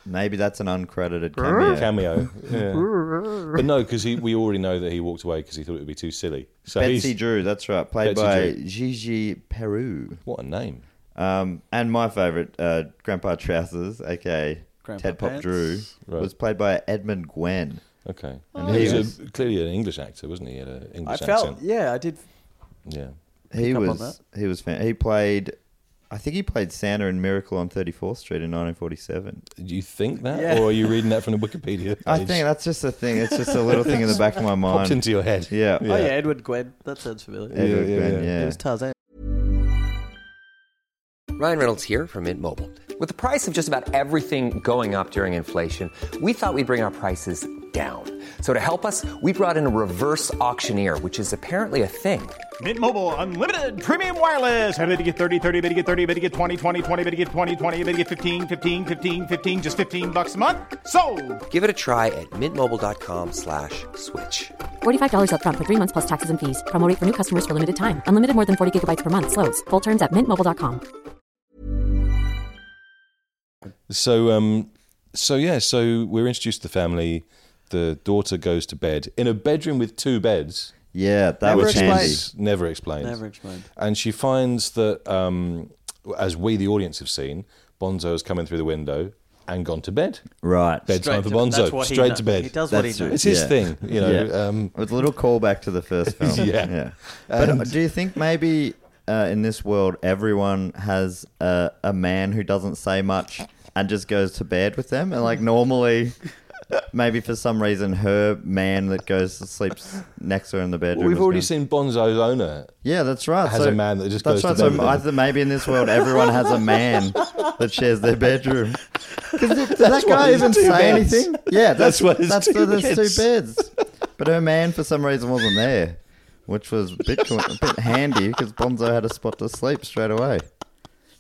A: Maybe that's an uncredited cameo.
G: cameo. yeah. but no, because we already know that he walked away because he thought it would be too silly. So
A: Betsy
G: he's,
A: Drew, that's right, played
G: Betsy
A: by
G: Drew.
A: Gigi Peru.
G: what a name.
A: Um, and my favourite, uh, Grandpa Trousers, aka
H: Grandpa
A: Ted Pop
H: Pants.
A: Drew,
G: Right.
A: was played by Edmund Gwen.
G: Okay.
A: Oh,
G: he
A: yes.
G: was a, clearly an English actor, wasn't he? He had an
H: I
G: English
H: felt,
G: accent.
H: yeah, I did.
G: Yeah.
A: He
H: up on
A: was he was fan- he played, I think he played Santa in Miracle on Thirty Fourth Street in 1947.
G: Do you think that,
H: Yeah.
G: or are you reading that from the Wikipedia? Page?
A: I think that's just a thing. It's just a little thing in the back of my
G: popped
A: mind.
G: into your head.
A: Yeah.
H: Oh, yeah, Edward Gwen. That sounds familiar.
G: Yeah,
A: Edmund
G: yeah,
A: Gwen,
G: yeah.
A: yeah.
H: It was Tarzan.
C: Ryan Reynolds here from Mint Mobile. With the price of just about everything going up during inflation, we thought we'd bring our prices down. So to help us, we brought in a reverse auctioneer, which is apparently a thing.
I: Mint Mobile unlimited premium wireless. Ready to get 30, 30, bit to get 30, bit to get 20, 20, 20, bit to get 20, 20, bit to get 15, 15, 15, 15 just 15 bucks a month. So,
C: Give it a try at mintmobile.com slash switch.
D: $45 upfront for three months plus taxes and fees. Promo rate for new customers for limited time. Unlimited more than 40 gigabytes per month. Slows. Full terms at mintmobile.com.
G: So, um, so yeah, so we're introduced to the family. The daughter goes to bed in a bedroom with two beds.
A: Yeah, that
H: Never
A: was handy.
H: explained.
G: Never explained.
H: Never explained.
G: And she finds that, um, as we the audience have seen, Bonzo has come in through the window and gone to bed.
A: Right.
G: Bedtime for
H: Straight to-
G: Bonzo.
H: that's what he
G: Straight
H: does.
G: to bed.
H: He does
A: That's
H: what he
A: right.
G: It's
H: knows.
G: his
A: Yeah.
G: thing, you know.
A: Yeah.
G: Um,
A: It's a little callback to the first film. Um,
G: Yeah.
A: But do you think maybe uh, in this world everyone has a, a man who doesn't say much and just goes to bed with them? And like normally, maybe for some reason, her man that goes to sleeps next to her in the bedroom.
G: well, we've
A: is
G: already
A: gonna-
G: seen Bonzo's owner.
A: Yeah, that's right.
G: has a man that just
A: that's right.
G: goes to bed
A: so
G: with them.
A: I think maybe in this world everyone has a man that shares their bedroom. 'Cause Did did that
G: why
A: guy
G: there's
A: even
G: two
A: say
G: beds.
A: anything? Yeah, that's
G: That's why there's
A: that's
G: two
A: why there's two
G: beds.
A: beds. But her man for some reason wasn't there, which was a bit, a bit handy because Bonzo had a spot to sleep straight away.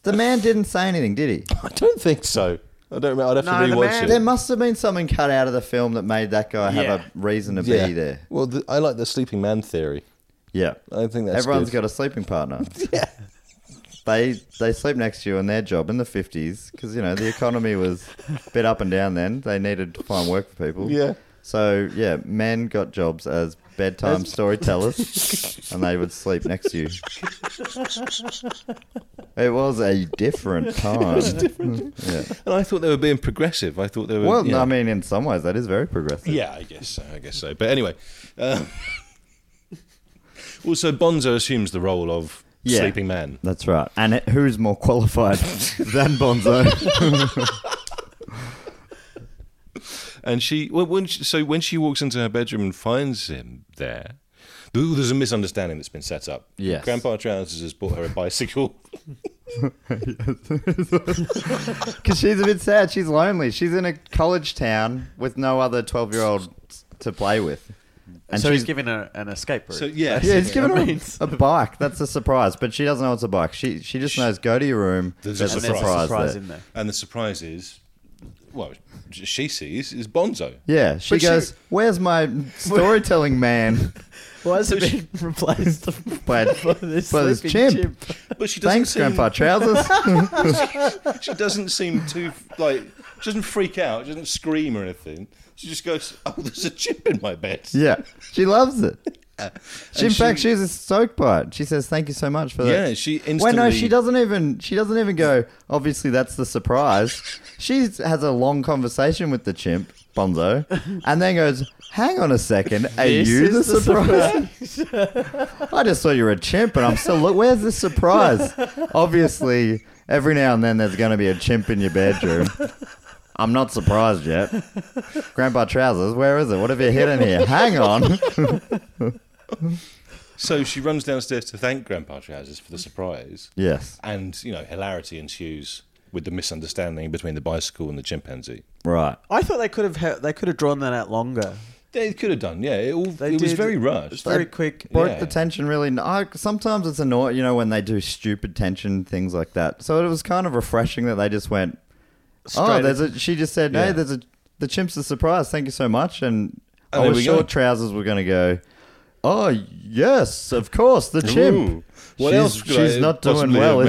A: The man didn't say anything, did he?
G: I don't think so. I don't. I'd have
H: No,
G: to
H: the
G: rewatch
H: man-
G: it.
A: There must have been something cut out of the film that made that guy have
H: Yeah.
A: a reason to be there.
G: Well, the, I like the sleeping man theory.
A: Yeah,
G: I think that's
A: Everyone's
G: good.
A: got a sleeping partner. yeah. They they sleep next to you in their job in the fifties because you know the economy was a bit up and down then. They needed to find work for people.
G: Yeah.
A: So yeah, men got jobs as bedtime storytellers, and they would sleep next to you. It was a different time. yeah.
G: And I thought they were being progressive. I thought they were.
A: Well,
G: you know-
A: I mean, in some ways, that is very progressive.
G: Yeah, I guess so. I guess so. But anyway, uh, also Bonzo assumes the role of
A: Yeah.
G: sleeping man.
A: That's right. And it, who's more qualified than Bonzo?
G: And she, well, when she, so when she walks into her bedroom and finds him there, ooh, there's a misunderstanding that's been set up.
A: Yes.
G: Grandpa Trousers has bought her a bicycle.
A: Because she's a bit sad. She's lonely. She's in a college town with no other 12 year old to play with. And
H: so he's
A: she's-
H: giving her an escape route.
G: So yeah,
A: Yeah, he's given her
H: I
A: a-
H: mean-
A: a bike. That's a surprise, but she doesn't know it's a bike. She she just knows go to your room.
G: There's a
H: and
G: surprise.
H: there's a surprise
A: there.
H: in there.
G: and the surprise is, well, she sees is Bonzo.
A: Yeah, she
G: But she-
A: goes, "Where's my storytelling man?"
H: Why has it been replaced
A: by
H: this,
A: by this chimp.
G: But she doesn't
A: Thanks,
G: seem,
A: Grandpa Trousers.
G: She doesn't seem too like. She doesn't freak out. She doesn't scream or anything. She just goes, "Oh, there's a chip in my bed."
A: yeah, she loves it. She, in
G: And
A: fact,
G: she-
A: she's stoked by it. She says, "Thank you so much for that."
G: Yeah, she
A: Well, no, she
G: instantly-
A: doesn't even. She doesn't even go. Obviously, that's the surprise. she has a long conversation with the chimp Bonzo, and then goes, "Hang on a second, are
H: This
A: you
H: is
A: the,
H: the
A: surprise? I just thought you were a chimp, and I'm still. Look, where's the surprise? obviously, every now and then there's going to be a chimp in your bedroom. I'm not surprised yet. Grandpa Trousers, where is it? What have you hidden here? Hang on.
G: So she runs downstairs to thank Grandpa Trousers for the surprise.
A: yes,
G: And, you know, hilarity ensues with the misunderstanding between the bicycle and the chimpanzee.
A: right.
H: I thought they could have ha- they could have drawn that out longer.
G: They could have done, yeah. It, all,
H: They
G: it was
H: did-
G: very
H: It was
G: rushed.
H: very quick.
A: broke
G: Yeah.
A: the tension really. n- I, sometimes it's annoying, you know, when they do stupid tension things like that. So it was kind of refreshing that they just went, "Oh,
H: Straight
A: there's a." She just said, "Hey,
G: Yeah.
A: there's a the chimp's a surprise. Thank you so much." And,
G: And
A: I
G: Oh, there
A: was
G: we
A: sure
G: go.
A: trousers were going to go. Oh yes, of course, the chimp.
G: Ooh. What
A: she's,
G: else could
A: She's
G: I
A: not doing
G: possibly
A: well,
G: have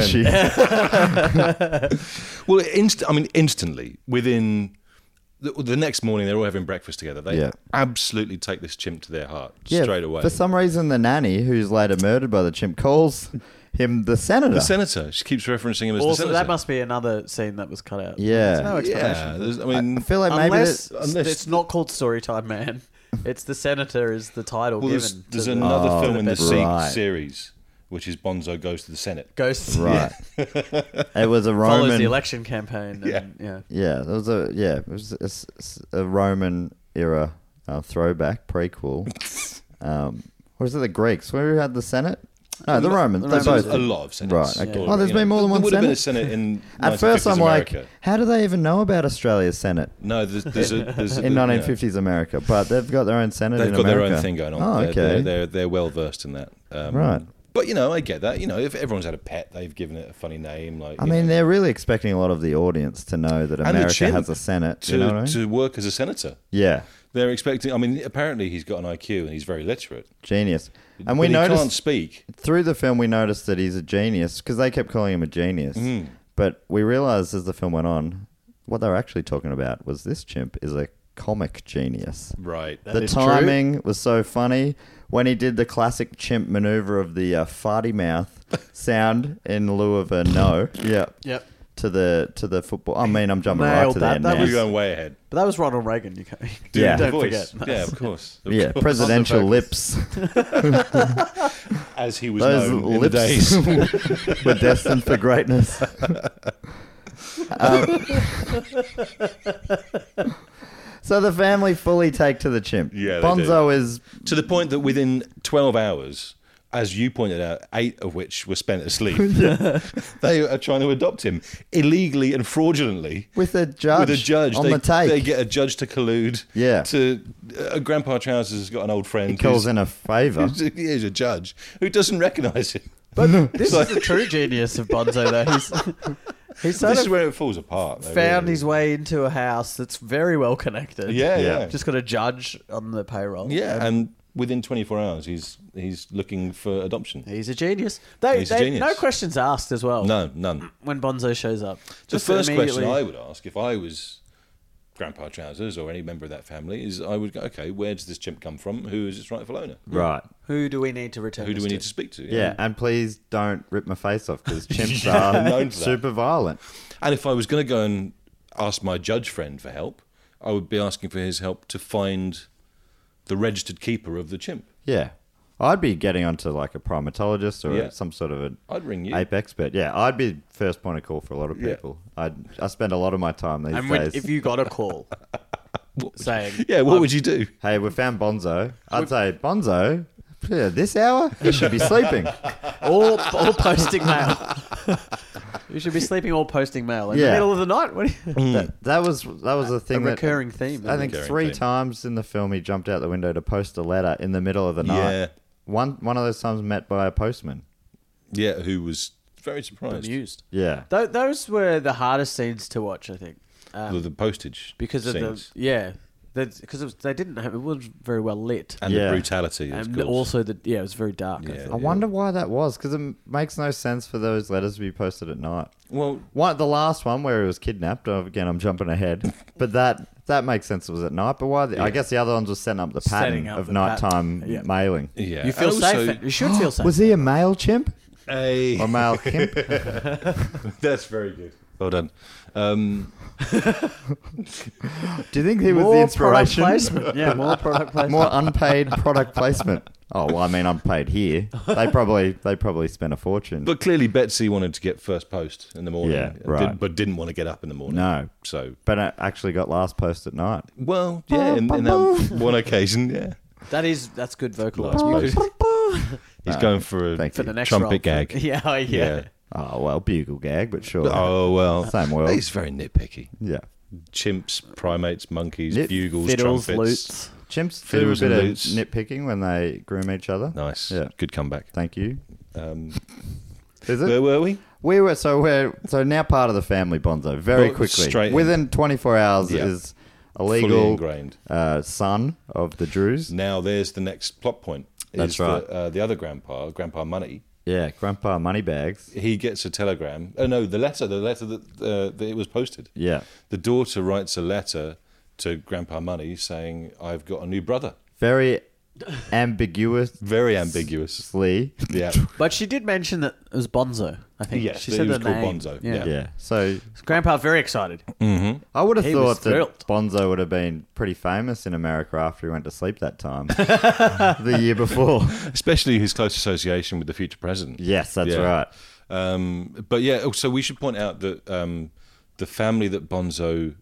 A: is she?
G: Well, inst- I mean, instantly, within the, the next morning, they're all having breakfast together. They
A: Yeah.
G: absolutely take this chimp to their heart straight away.
A: For some reason, the nanny, who's later murdered by the chimp, calls him the senator.
G: the senator, she keeps referencing him as the
H: Also,
G: senator.
H: that must be another scene that was cut out.
A: Yeah.
H: There's no explanation.
G: yeah, there's- I mean,
A: I feel like maybe
H: Unless,
A: that-
G: unless-
H: it's not called Storytime Man. It's the senator is the title
G: well,
H: given.
G: there's,
H: to
G: there's
H: the
G: another film in the
A: Oh, that's
G: se-
A: right.
G: series, which is Bonzo Goes to the Senate.
H: ghost.
A: right. it was a
H: Follows
A: Roman.
H: the election campaign. And, yeah.
A: Yeah, it was a yeah, it was a s- s- a, Roman era uh, throwback prequel. um, or is it the Greeks? Where we had the Senate? No, the Romans.
H: the
A: they
H: Romans
A: both
G: a lot of senates.
A: Right, okay.
G: Or,
A: Oh, there's
G: you
A: been more than one
G: there would have been a
A: senate?
G: senate in
A: At first, I'm
G: America.
A: like, how do they even know about Australia's Senate
G: no, there's, there's a, there's a,
A: in
G: yeah.
A: 1950s America? But they've got their own Senate.
G: They've
A: in
G: got
A: America.
G: their own thing going on.
A: Oh,
G: They're-
A: okay.
G: They're, they're, they're well versed in that. Um,
A: Right.
G: But you know, I get that. You know, if everyone's had a pet, they've given it a funny name. Like,
A: I
G: you
A: mean,
G: know,
A: they're really expecting a lot of the audience to know that
G: And a
A: America
G: chimp
A: has a Senate.
G: to
A: you know what I mean?
G: to work as a senator.
A: yeah,
G: They're expecting. I mean, apparently he's got an IQ and he's very literate.
A: genius. And
G: but
A: we
G: he
A: noticed
G: can't speak.
A: through the film, we noticed that he's a genius because they kept calling him a genius.
H: Mm.
A: But we realized as the film went on, what they were actually talking about was this chimp is a comic genius.
G: Right.
A: the
H: is
A: timing was so funny when he did the classic chimp maneuver of the uh, farty mouth sound in lieu of a no. yeah.
H: Yep.
A: To the to the football. I mean, I'm jumping right
H: Nailed
A: to
H: that.
A: there
H: That
A: now.
G: We're going way ahead.
H: But that was Ronald Reagan. You can't,
G: Doing
A: Yeah.
G: the
H: don't
G: voice.
H: forget.
G: Yeah, of course. Of
A: yeah,
G: course.
A: presidential lips.
G: As he was
A: Those
G: known in the
A: lips
G: days.
A: were destined for greatness. Um, so the family fully take to the chimp.
G: Yeah, they
A: Bonzo is
G: to the point that within 12 hours, as you pointed out, eight of which were spent asleep, they are trying to adopt him illegally and fraudulently.
A: with a judge.
G: With a judge,
A: on
G: they,
A: the take.
G: they get a judge to collude.
A: Yeah.
G: To uh, Grandpa Trousers has got an old friend.
A: he calls
G: who's-
A: in a favour.
G: who's- He is a judge who doesn't recognise him.
H: But this is the true genius of Bonzo, though. He's, he's sort
G: This is
H: of
G: where it falls apart. though,
H: found
G: really.
H: his way into a house that's very well connected.
G: Yeah,
A: Yeah.
G: yeah,
H: Just got a judge on the payroll.
G: yeah. And within 24 hours, he's he's looking for adoption.
H: He's a genius. They,
G: He's a
H: they-
G: genius.
H: No questions asked as well.
G: No, none.
H: When Bonzo shows up.
G: The first question
H: immediately-
G: I would ask if I was grandpa trousers or any member of that family is I would go, okay, where does this chimp come from? Who is its rightful owner?
A: Right.
H: Who do we need to return?
G: Who do
H: this
G: we need to speak to?
A: Yeah, and please don't rip my face off because chimps
G: known
A: are
G: for that.
A: super violent.
G: And if I was going to go and ask my judge friend for help, I would be asking for his help to find the registered keeper of the chimp.
A: Yeah. I'd be getting onto like a primatologist or
G: Yeah.
A: some sort of an
G: I'd ring you.
A: ape expert. Yeah, I'd be first point of call for a lot of
G: Yeah.
A: people. I'd, I spend a lot of my time these
H: And
A: days.
H: when, if you got a call saying,
G: Yeah, what would you do?
A: hey, we found Bonzo. I'd say, Bonzo, yeah, this hour? He should be sleeping.
H: all, all posting mail. you should be sleeping all posting mail in the
A: Yeah.
H: middle of the night. What do you,
A: that, that was that was a thing. that-
H: recurring theme,
A: I
H: a
A: think
G: Mm. recurring
A: three
G: theme.
A: times in the film he jumped out the window to post a letter in the middle of the night.
G: Yeah.
A: One one of those times met by a postman.
G: Yeah, who was very surprised.
H: amused.
A: Yeah.
H: Th- those were the hardest scenes to watch, I think, uh,
G: The, the postage
H: um, because of
G: scenes.
H: the yeah, because they didn't have it was very well lit,
G: and
A: Yeah.
G: the brutality. of
H: and
G: course.
H: also the yeah, it was very dark. I
G: Yeah.
H: thought.
A: I wonder why that was because it m- makes no sense for those letters to be posted at night.
G: well,
A: One, the last one where he was kidnapped. oh, Again, I'm jumping ahead, but that that makes sense. It was at night, but why? The, I guess the other ones were setting up the
H: Setting
A: pattern
H: up
A: of
H: the
A: nighttime
H: pattern. Yeah.
A: mailing.
G: yeah,
H: You feel
G: And
H: safe. You should feel safe.
A: Was he a male chimp
G: Hey.
A: or male chimp?
G: That's very good. Well done. Um,
A: Do you think he was
H: more
A: the
H: product
A: inspiration?
H: placement? Yeah, more product placement.
A: More unpaid product placement. Oh well, I mean, unpaid here. They probably they probably spent a fortune.
G: but clearly, Betsy wanted to get first post in the morning,
A: Yeah,
G: and
A: right.
G: did- but didn't want to get up in the morning.
A: No.
G: So,
A: but it actually got last post at night.
G: well, yeah, in, in that one occasion, yeah.
H: That is that's good vocal.
G: Last post. He's going for a
A: Thank you. For the
H: next
G: trumpet
H: role.
G: gag.
H: Yeah, oh, yeah.
A: Oh well, bugle gag, but sure.
G: Oh well.
A: Same world.
G: He's very nitpicky.
A: Yeah,
G: Chimps, primates, monkeys,
A: Nit-
G: bugles,
H: Fiddles,
G: trumpets.
H: loots.
A: chimps do a
G: Fiddles
A: bit
G: and
A: of
G: lutes.
A: nitpicking when they groom each other.
G: Nice.
A: Yeah.
G: Good comeback.
A: Thank you.
G: Um,
A: Is
G: where
A: it?
G: were we?
A: We were so we're so now part of the family, Bonzo. Very
G: Well,
A: quickly,
G: straight in.
A: within 24 hours
G: Yeah.
A: is a
G: Fully
A: legal
G: ingrained.
A: uh, son of the Druze.
G: Now there's the next plot point. is
A: That's right.
G: The, uh, the other grandpa, Grandpa Money,
A: Yeah, Grandpa Moneybags.
G: he gets a telegram. Oh no, the letter, the letter that, uh, that it was posted.
A: Yeah.
G: The daughter writes a letter to Grandpa Money saying, "I've got a new brother."
A: Very ambiguous.
G: Very ambiguous.
A: Slee.
G: Yeah.
H: But she did mention that it was Bonzo. I think
G: Yes,
H: she
G: that
H: said
G: he was
H: the
G: called
H: name.
G: Bonzo,
H: Yeah.
G: yeah.
A: Yeah. So
H: Grandpa very excited.
A: I would have
H: He was
A: thought
H: thrilled.
A: that Bonzo would have been pretty famous in America after he went to sleep that time the year before.
G: Especially his close association with the future president.
A: Yes, that's
G: Yeah.
A: right.
G: Um, but yeah, oh, so we should point out that um, the family that Bonzo,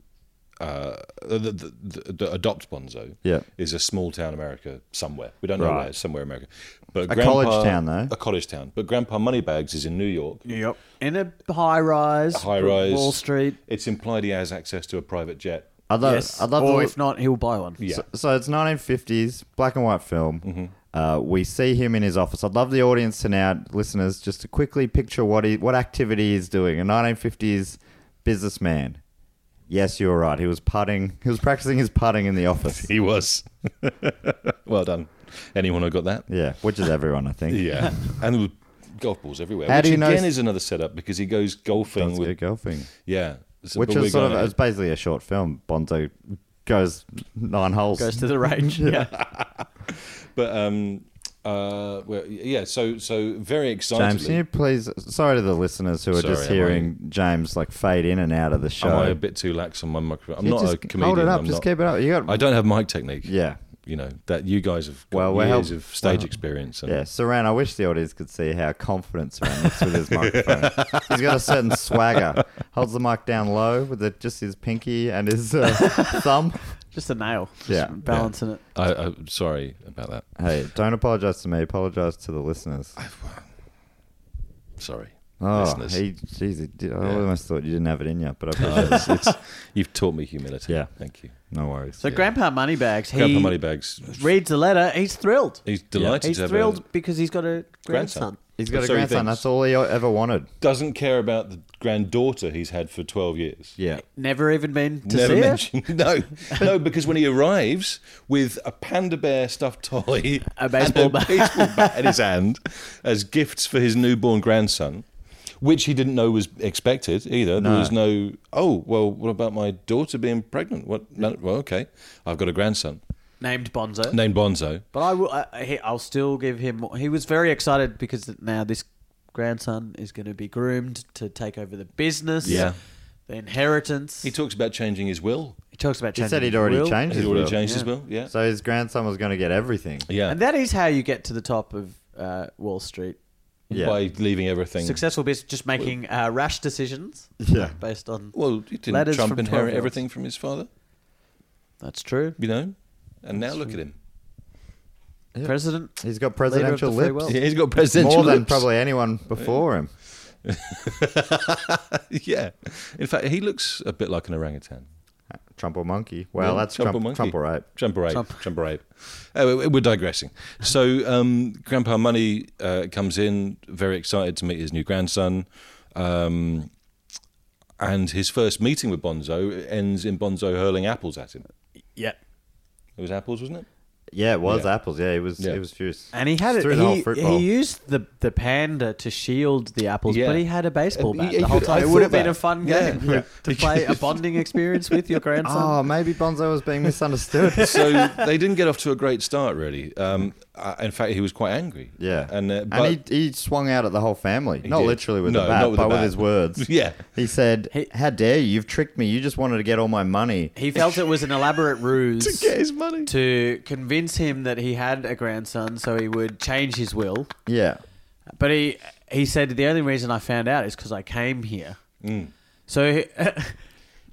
G: uh, the, the, the, the adopt Bonzo,
A: Yeah.
G: is a small town America somewhere. We don't know
A: Right.
G: where, it's somewhere in America. But
A: A college town, though.
G: A college town. But Grandpa Moneybags is in New York.
H: Yep. In a high rise.
G: High rise.
H: Wall Street.
G: It's implied he has access to a private jet.
A: I'd love,
H: yes.
A: I'd love
H: or
A: to,
H: if not, he'll buy one.
G: Yeah.
A: So, so it's 1950s, black and white film.
H: Mm-hmm.
A: Uh, we see him in his office. I'd love the audience to now, listeners, just to quickly picture what he, what activity he's doing. A 1950s businessman. Yes, you were right. He was putting. He was practicing his putting in the office.
G: He was. well done. Anyone who got that?
A: Yeah, which is everyone, I think.
G: Yeah. and there were golf balls everywhere.
A: How
G: which
A: do you know-
G: again is another setup because he goes golfing
A: Does
G: with.
A: good golfing.
G: Yeah. So-
A: Which
G: but we're
A: is sort of
G: gonna-
A: it's basically a short film. Bonzo goes nine holes.
H: Goes to the range. yeah.
G: But um, uh, well, yeah. So so very exciting.
A: James, can you please? Sorry to the listeners who are just
G: Sorry, am I-
A: hearing James like fade in and out of the show.
G: Am I a bit too lax on my microphone? I'm
A: You
G: not
A: just
G: a comedian.
A: Hold it up.
G: I'm
A: just
G: not-
A: keep it up. You got.
G: I don't have mic technique.
A: yeah.
G: You know that you guys have got
A: Well, we're
G: years
A: help-
G: of stage experience. And
A: Yeah, Saran, I wish the audience could see how confident Saran looks with his microphone. He's got a certain swagger. Holds the mic down low with the, just his pinky and his uh, thumb.
H: Just a nail. Just
A: Yeah.
H: Balancing it.
G: I, I'm sorry about that.
A: Hey, don't apologize to me. Apologize to the listeners.
G: Sorry,
A: Oh,
G: listeners.
A: he, jeez, he did, I
G: Yeah.
A: almost thought you didn't have it in you, but I
G: No,
A: appreciate it.
G: it's, it's, you've taught me humility.
A: Yeah.
G: Thank you.
A: No worries.
H: So Grandpa Moneybags, he
G: Grandpa Moneybags.
H: reads the letter. He's thrilled.
G: He's delighted
H: He's
G: to have
H: thrilled
G: a
H: because he's got a grandson.
G: grandson.
A: He's got a
G: So he
A: grandson.
G: thinks.
A: That's all he o- ever wanted.
G: Doesn't care about the granddaughter he's had for 12 years.
A: Yeah.
H: Never even been to
G: Never
H: see her.
G: mentioned. No, no, because when he arrives with a panda bear stuffed toy,
H: A baseball
G: and
H: bat.
G: baseball bat in his hand as gifts for his newborn grandson, which he didn't know was expected either. There was no, oh, well, what about my daughter being pregnant? What? No, well, okay, I've got a grandson
H: Named Bonzo.
G: named Bonzo.
H: But I will. I, he- I'll still give him. He was very excited because now this grandson is going to be groomed to take over the business.
G: Yeah.
H: The inheritance.
G: He
H: He,
G: talks about changing his will.
H: talks about.
A: He said
H: changing
A: he'd
H: his
A: already
H: will.
A: changed
G: He's
A: his
G: already
A: will.
G: changed his will. Yeah.
A: So his grandson was going to get everything.
G: yeah.
H: And that is how you get to the top of uh, Wall Street.
A: Yeah.
G: By leaving everything.
H: Successful business, just making uh, rash decisions.
A: Yeah.
H: Based on.
G: Well, didn't
H: Letters
G: Trump
H: from
G: inherit
H: 12-year-olds.
G: everything from his father?
H: That's true.
G: You know? And now look at him.
H: President.
A: He's got
H: Leader of the
A: presidential
H: free
A: lips.
H: world.
G: Yeah, he's got presidential
A: More than
G: lips.
A: probably anyone before him.
G: yeah. In fact, he looks a bit like an orangutan.
A: Trump or monkey. Well,
G: Yeah,
A: that's Trump,
G: or monkey.
A: Trump or ape.
G: Trump or ape. Trump, or ape. Oh, we- we're digressing. So, um, Grandpa Money uh, comes in, very excited to meet his new grandson. Um, and his first meeting with Bonzo ends in Bonzo hurling apples at him.
H: Yeah.
G: It was apples, wasn't it?
A: Yeah, it was
G: Yeah.
A: apples. Yeah, he was.
G: Yeah.
A: He was furious.
H: And he had
A: Threw
H: it.
A: the whole
H: He,
A: fruit
H: he
A: bowl.
H: used the, the panda to shield the apples,
G: Yeah.
H: but he had a baseball
G: Uh,
H: bat
G: he-
H: the whole
G: I
H: time. It
G: thought
H: would have been
G: that.
H: a fun
G: Yeah.
H: game
G: Yeah.
H: to play a bonding experience with your grandson.
A: Oh, maybe Bonzo was being misunderstood.
G: so they didn't get off to a great start, really. Um, uh, in fact, he was quite angry.
A: yeah,
G: and uh, but
A: and he, he swung out at the whole family. Not
G: did.
A: literally with
G: No,
A: a bat,
G: not with a
A: but with
G: bat.
A: his words.
G: Yeah.
A: he said, "How dare you? You've tricked me. You just wanted to get all my money."
H: He felt it was an elaborate ruse
G: to get his money.
H: to convince him that he had a grandson, so he would change his will.
A: Yeah,
H: But he he said the only reason I found out is because I came here.
G: Mm.
H: So he,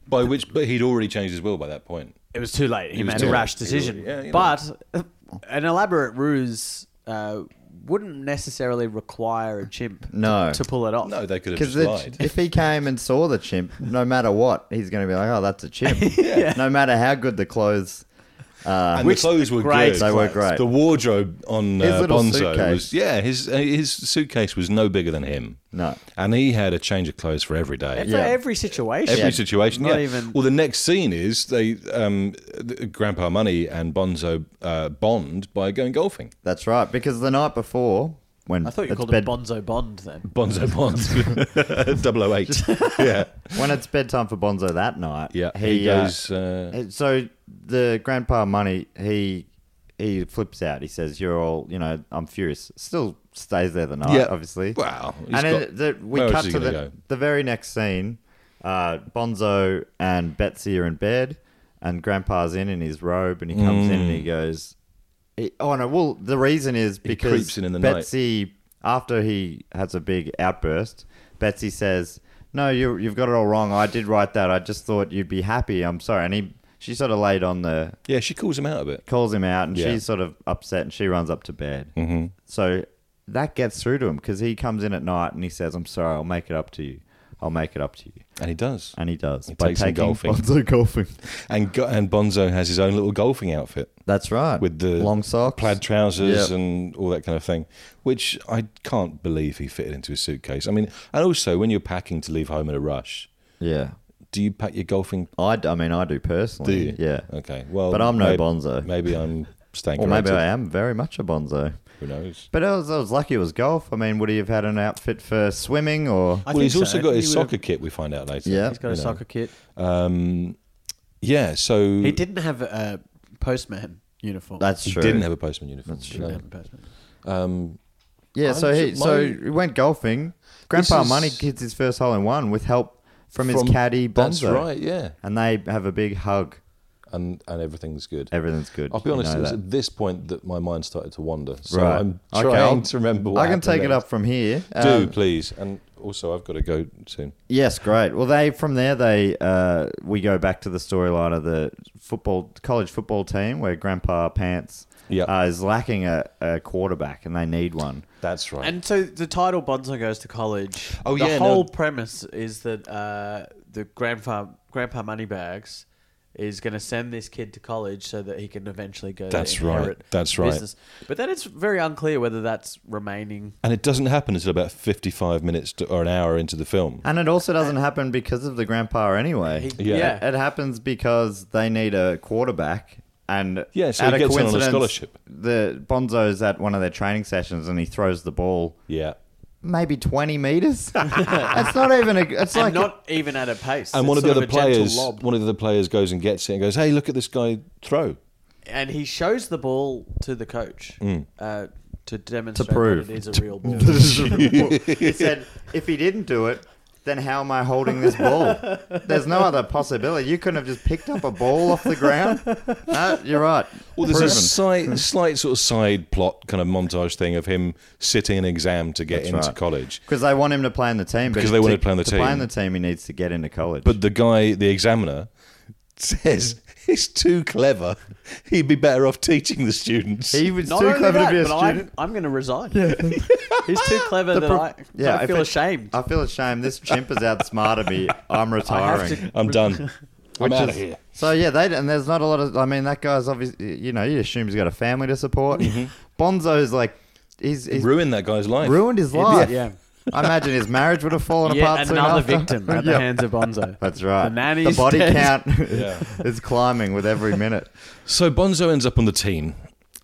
G: By which, but he'd already changed his will by that point.
H: it was too late. He
G: was
H: made
G: too
H: a
G: late.
H: rash
G: He
H: decision.
G: already- yeah, you know.
H: but an elaborate ruse uh, wouldn't necessarily require a chimp
A: No.
H: to, to pull it off.
G: No, they could have
A: because
G: just lied.
A: if he came and saw the chimp, no matter what, he's going to be like, "Oh, that's a chimp." No matter how good the clothes.
G: and the clothes were
H: great
G: good.
A: They were great.
G: The wardrobe on
A: His
G: uh,
A: little
G: Bonzo
A: suitcase.
G: was yeah. His uh, his suitcase was no bigger than him.
A: No.
G: and he had a change of clothes for every day.
H: For
A: Yeah.
H: every situation.
G: Every situation,
H: Not
G: yeah.
H: even-
G: Well, the next scene is they, um, th- Grandpa Money and Bonzo uh, bond by going golfing.
A: That's right, because the night before, when
H: I thought you
A: it's
H: called
A: bed-
H: it Bonzo Bond then.
G: Bonzo bonds, 008. yeah,
A: when it's bedtime for Bonzo that night,
G: yeah. He,
A: he, uh,
G: goes. uh,
A: Uh, So the grandpa money, he he flips out. He says, "You're all, you know, I'm furious." Still stays there the night,
G: Yeah.
A: obviously.
G: Wow. He's
A: And
G: got-
A: then the, we
G: where
A: cut
G: else is
A: to
G: he
A: the
G: gonna go?
A: the very next scene. Uh, Bonzo and Betsy are in bed, and Grandpa's in in his robe, and he comes in and
G: Mm.
A: he goes, he- "Oh no!" Well, the reason is because
G: creeps in in the night.
A: Betsy, after he has a big outburst, Betsy says, "No, you, you've got it all wrong. I did write that. I just thought you'd be happy. I'm sorry." And he, she sort of laid on the,
G: yeah, she calls him out a bit.
A: calls him out, and
G: Yeah.
A: she's sort of upset, and she runs up to bed. Mm-hmm. So that gets through to him because he comes in at night and he says, "I'm sorry. I'll make it up to you. I'll make it up to you."
G: And he does.
A: And he does
G: He
A: by
G: takes him
A: taking
G: golfing.
A: Bonzo golfing.
G: And go- and Bonzo has his own little golfing outfit
A: That's right.
G: with the
A: long socks,
G: plaid trousers,
A: Yep.
G: and all that kind of thing, which I can't believe he fitted into his suitcase. I mean, and also when you're packing to leave home in a rush,
A: yeah.
G: do you pack your golfing?
A: I, d- I mean, I do
G: Do
A: personally.
G: you?
A: Yeah.
G: Okay. Well,
A: But I'm no
G: maybe-
A: Bonzo.
G: Maybe I'm staying.
A: Or maybe
G: corrected.
A: I am very much a Bonzo.
G: Who knows?
A: But I was, I was lucky it was golf. I mean, would he have had an outfit for swimming or.
H: I
G: well,
H: think
G: he's
H: so.
G: also got
H: He
G: his
H: would've-
G: soccer kit. We find out later.
A: Yeah.
H: He's got a
G: You know.
H: soccer kit.
G: Um, yeah. So
H: He didn't have a postman uniform.
A: That's
G: He
A: true.
G: didn't have a postman uniform.
A: That's
G: you
A: true.
G: know.
H: Didn't have a postman.
G: Um,
A: Yeah, so he
G: I'm su-
A: so
G: my-
A: he went golfing. Grandpa
G: is-
A: Money hits his first hole in one with help from, his caddy Bonzo.
G: That's right. Yeah.
A: And they have a big hug.
G: And and everything's good.
A: Everything's good.
G: I'll be
A: You
G: honest,
A: know
G: it was
A: that.
G: at this point that my mind started to wander. So
A: Right.
G: I'm
A: Okay,
G: trying
A: I'll-
G: to remember what
A: I can take
G: happened
A: it
G: next.
A: up from here.
G: Do,
A: Um,
G: please. And also, I've got to go soon.
A: Yes, great. Well, they from there they uh, we go back to the storyline of the football college football team where Grandpa Pants
G: Yeah.
A: uh, is lacking a, a quarterback and they need one.
G: That's right.
H: And so the title Bonzo goes to college.
G: Oh,
H: the
G: yeah, no.
H: whole premise is that uh, the grandpa Grandpa Moneybags is going to send this kid to college so that he can eventually go.
G: That's
H: to inherit
G: right. That's right.
H: Business. But then it's very unclear whether that's remaining.
G: and it doesn't happen until about 55 minutes to, or an hour into the film.
A: And it also doesn't happen because of the grandpa anyway.
G: Yeah.
H: Yeah.
A: It happens because they need a quarterback. And
G: Yeah, so
A: out
G: he
A: of
G: gets in on a
A: coincidence,
G: scholarship.
A: The Bonzo's at one of their training sessions and he throws the ball
G: Yeah.
A: maybe 20 meters. that's not even a. It's
H: and
A: like
H: not even at a pace.
G: And
H: It's
G: one of the
H: sort
G: other
H: a gentle
G: players,
H: lob.
G: one of the other players goes and gets it and goes, "Hey, look at this guy throw."
H: and he shows the ball to the coach
G: Mm.
H: uh, to demonstrate
A: prove.
H: that it is a real ball.
A: he said, if he didn't do it, then how am I holding this ball? There's no other possibility. You couldn't have just picked up a ball off the ground. No, you're right.
G: Well, there's
A: Proven.
G: a slight, slight sort of side plot kind of montage thing of him sitting an exam to get
A: That's
G: into
A: right.
G: college.
A: Because they want him to play in the team. but
G: Because they want
A: to-
G: him to play in the
A: To play
G: team.
A: in the team, he needs to get into college.
G: But the guy, the examiner, says he's too clever. He'd be better off teaching the students.
A: he was
H: Not
A: too
H: only
A: clever
H: that,
A: to be a
H: but
A: student.
H: I'm, I'm going to resign. He's too clever that
A: pro-
H: I,
A: Yeah,
H: I
A: if
H: feel
A: it-
H: ashamed.
A: I feel ashamed. This chimp has outsmarted me. I'm retiring.
G: I'm done. I'm
A: Which
G: out
A: is-
G: of here.
A: So yeah, they and there's not a lot of. I mean, that guy's obviously. You know, you assume he's got a family to support. Bonzo's like, he's, he's ruined,
G: Ruined that guy's life.
A: his life.
H: yeah.
A: I imagine his marriage would have fallen
H: Yet
A: apart. soon
H: another
A: after.
H: victim at the
A: Yeah.
H: hands of Bonzo.
A: That's right.
H: The nanny's
A: body
H: dead.
A: count is climbing with every minute.
G: So Bonzo ends up on the team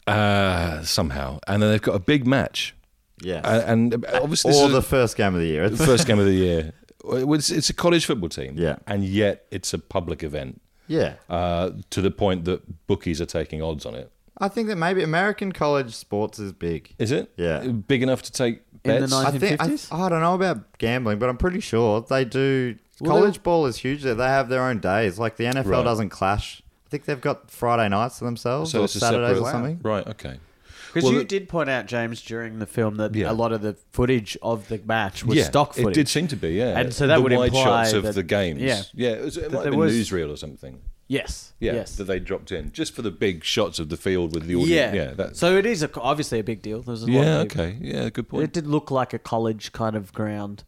G: uh, somehow, and then they've got a big match.
A: Yes. Uh,
G: A- and, uh, obviously this
A: or
G: is
A: the first game of the year.
G: the first game of the year. It's, it's a college football team,
A: Yeah.
G: and yet it's a public event
A: yeah.
G: uh, to the point that bookies are taking odds on it.
A: I think that maybe American college sports is big.
G: Is it?
A: Yeah.
G: big enough to take
H: the
G: bets.
H: nine-
A: I think I,
H: 1950s?
A: I don't know about gambling, but I'm pretty sure they do. college ball is huge. They have their own days. Like the NFL
G: Right.
A: doesn't clash. I think they've got Friday nights to themselves
G: so
A: or
G: it's a
A: Saturdays
G: separate
A: or something.
G: Right. Okay.
H: Because
G: Well,
H: you
G: the-
H: did point out, James, during the film that
G: Yeah.
H: a lot of the footage of the match was stock footage.
G: It did seem to be, yeah.
H: And so that
G: the
H: would
G: wide
H: imply
G: shots of
H: that-
G: the games.
H: yeah.
G: yeah. It, was, it might have
H: there
G: been
H: was-
G: newsreel or something.
H: Yes.
G: Yeah,
H: yes.
G: that they dropped in just for the big shots of the field with the audience.
H: yeah.
G: Yeah, that's
H: so it is a, obviously a big deal. There's a lot
G: yeah.
H: of people.
G: Okay, yeah, good point.
H: It did look like a college kind of ground.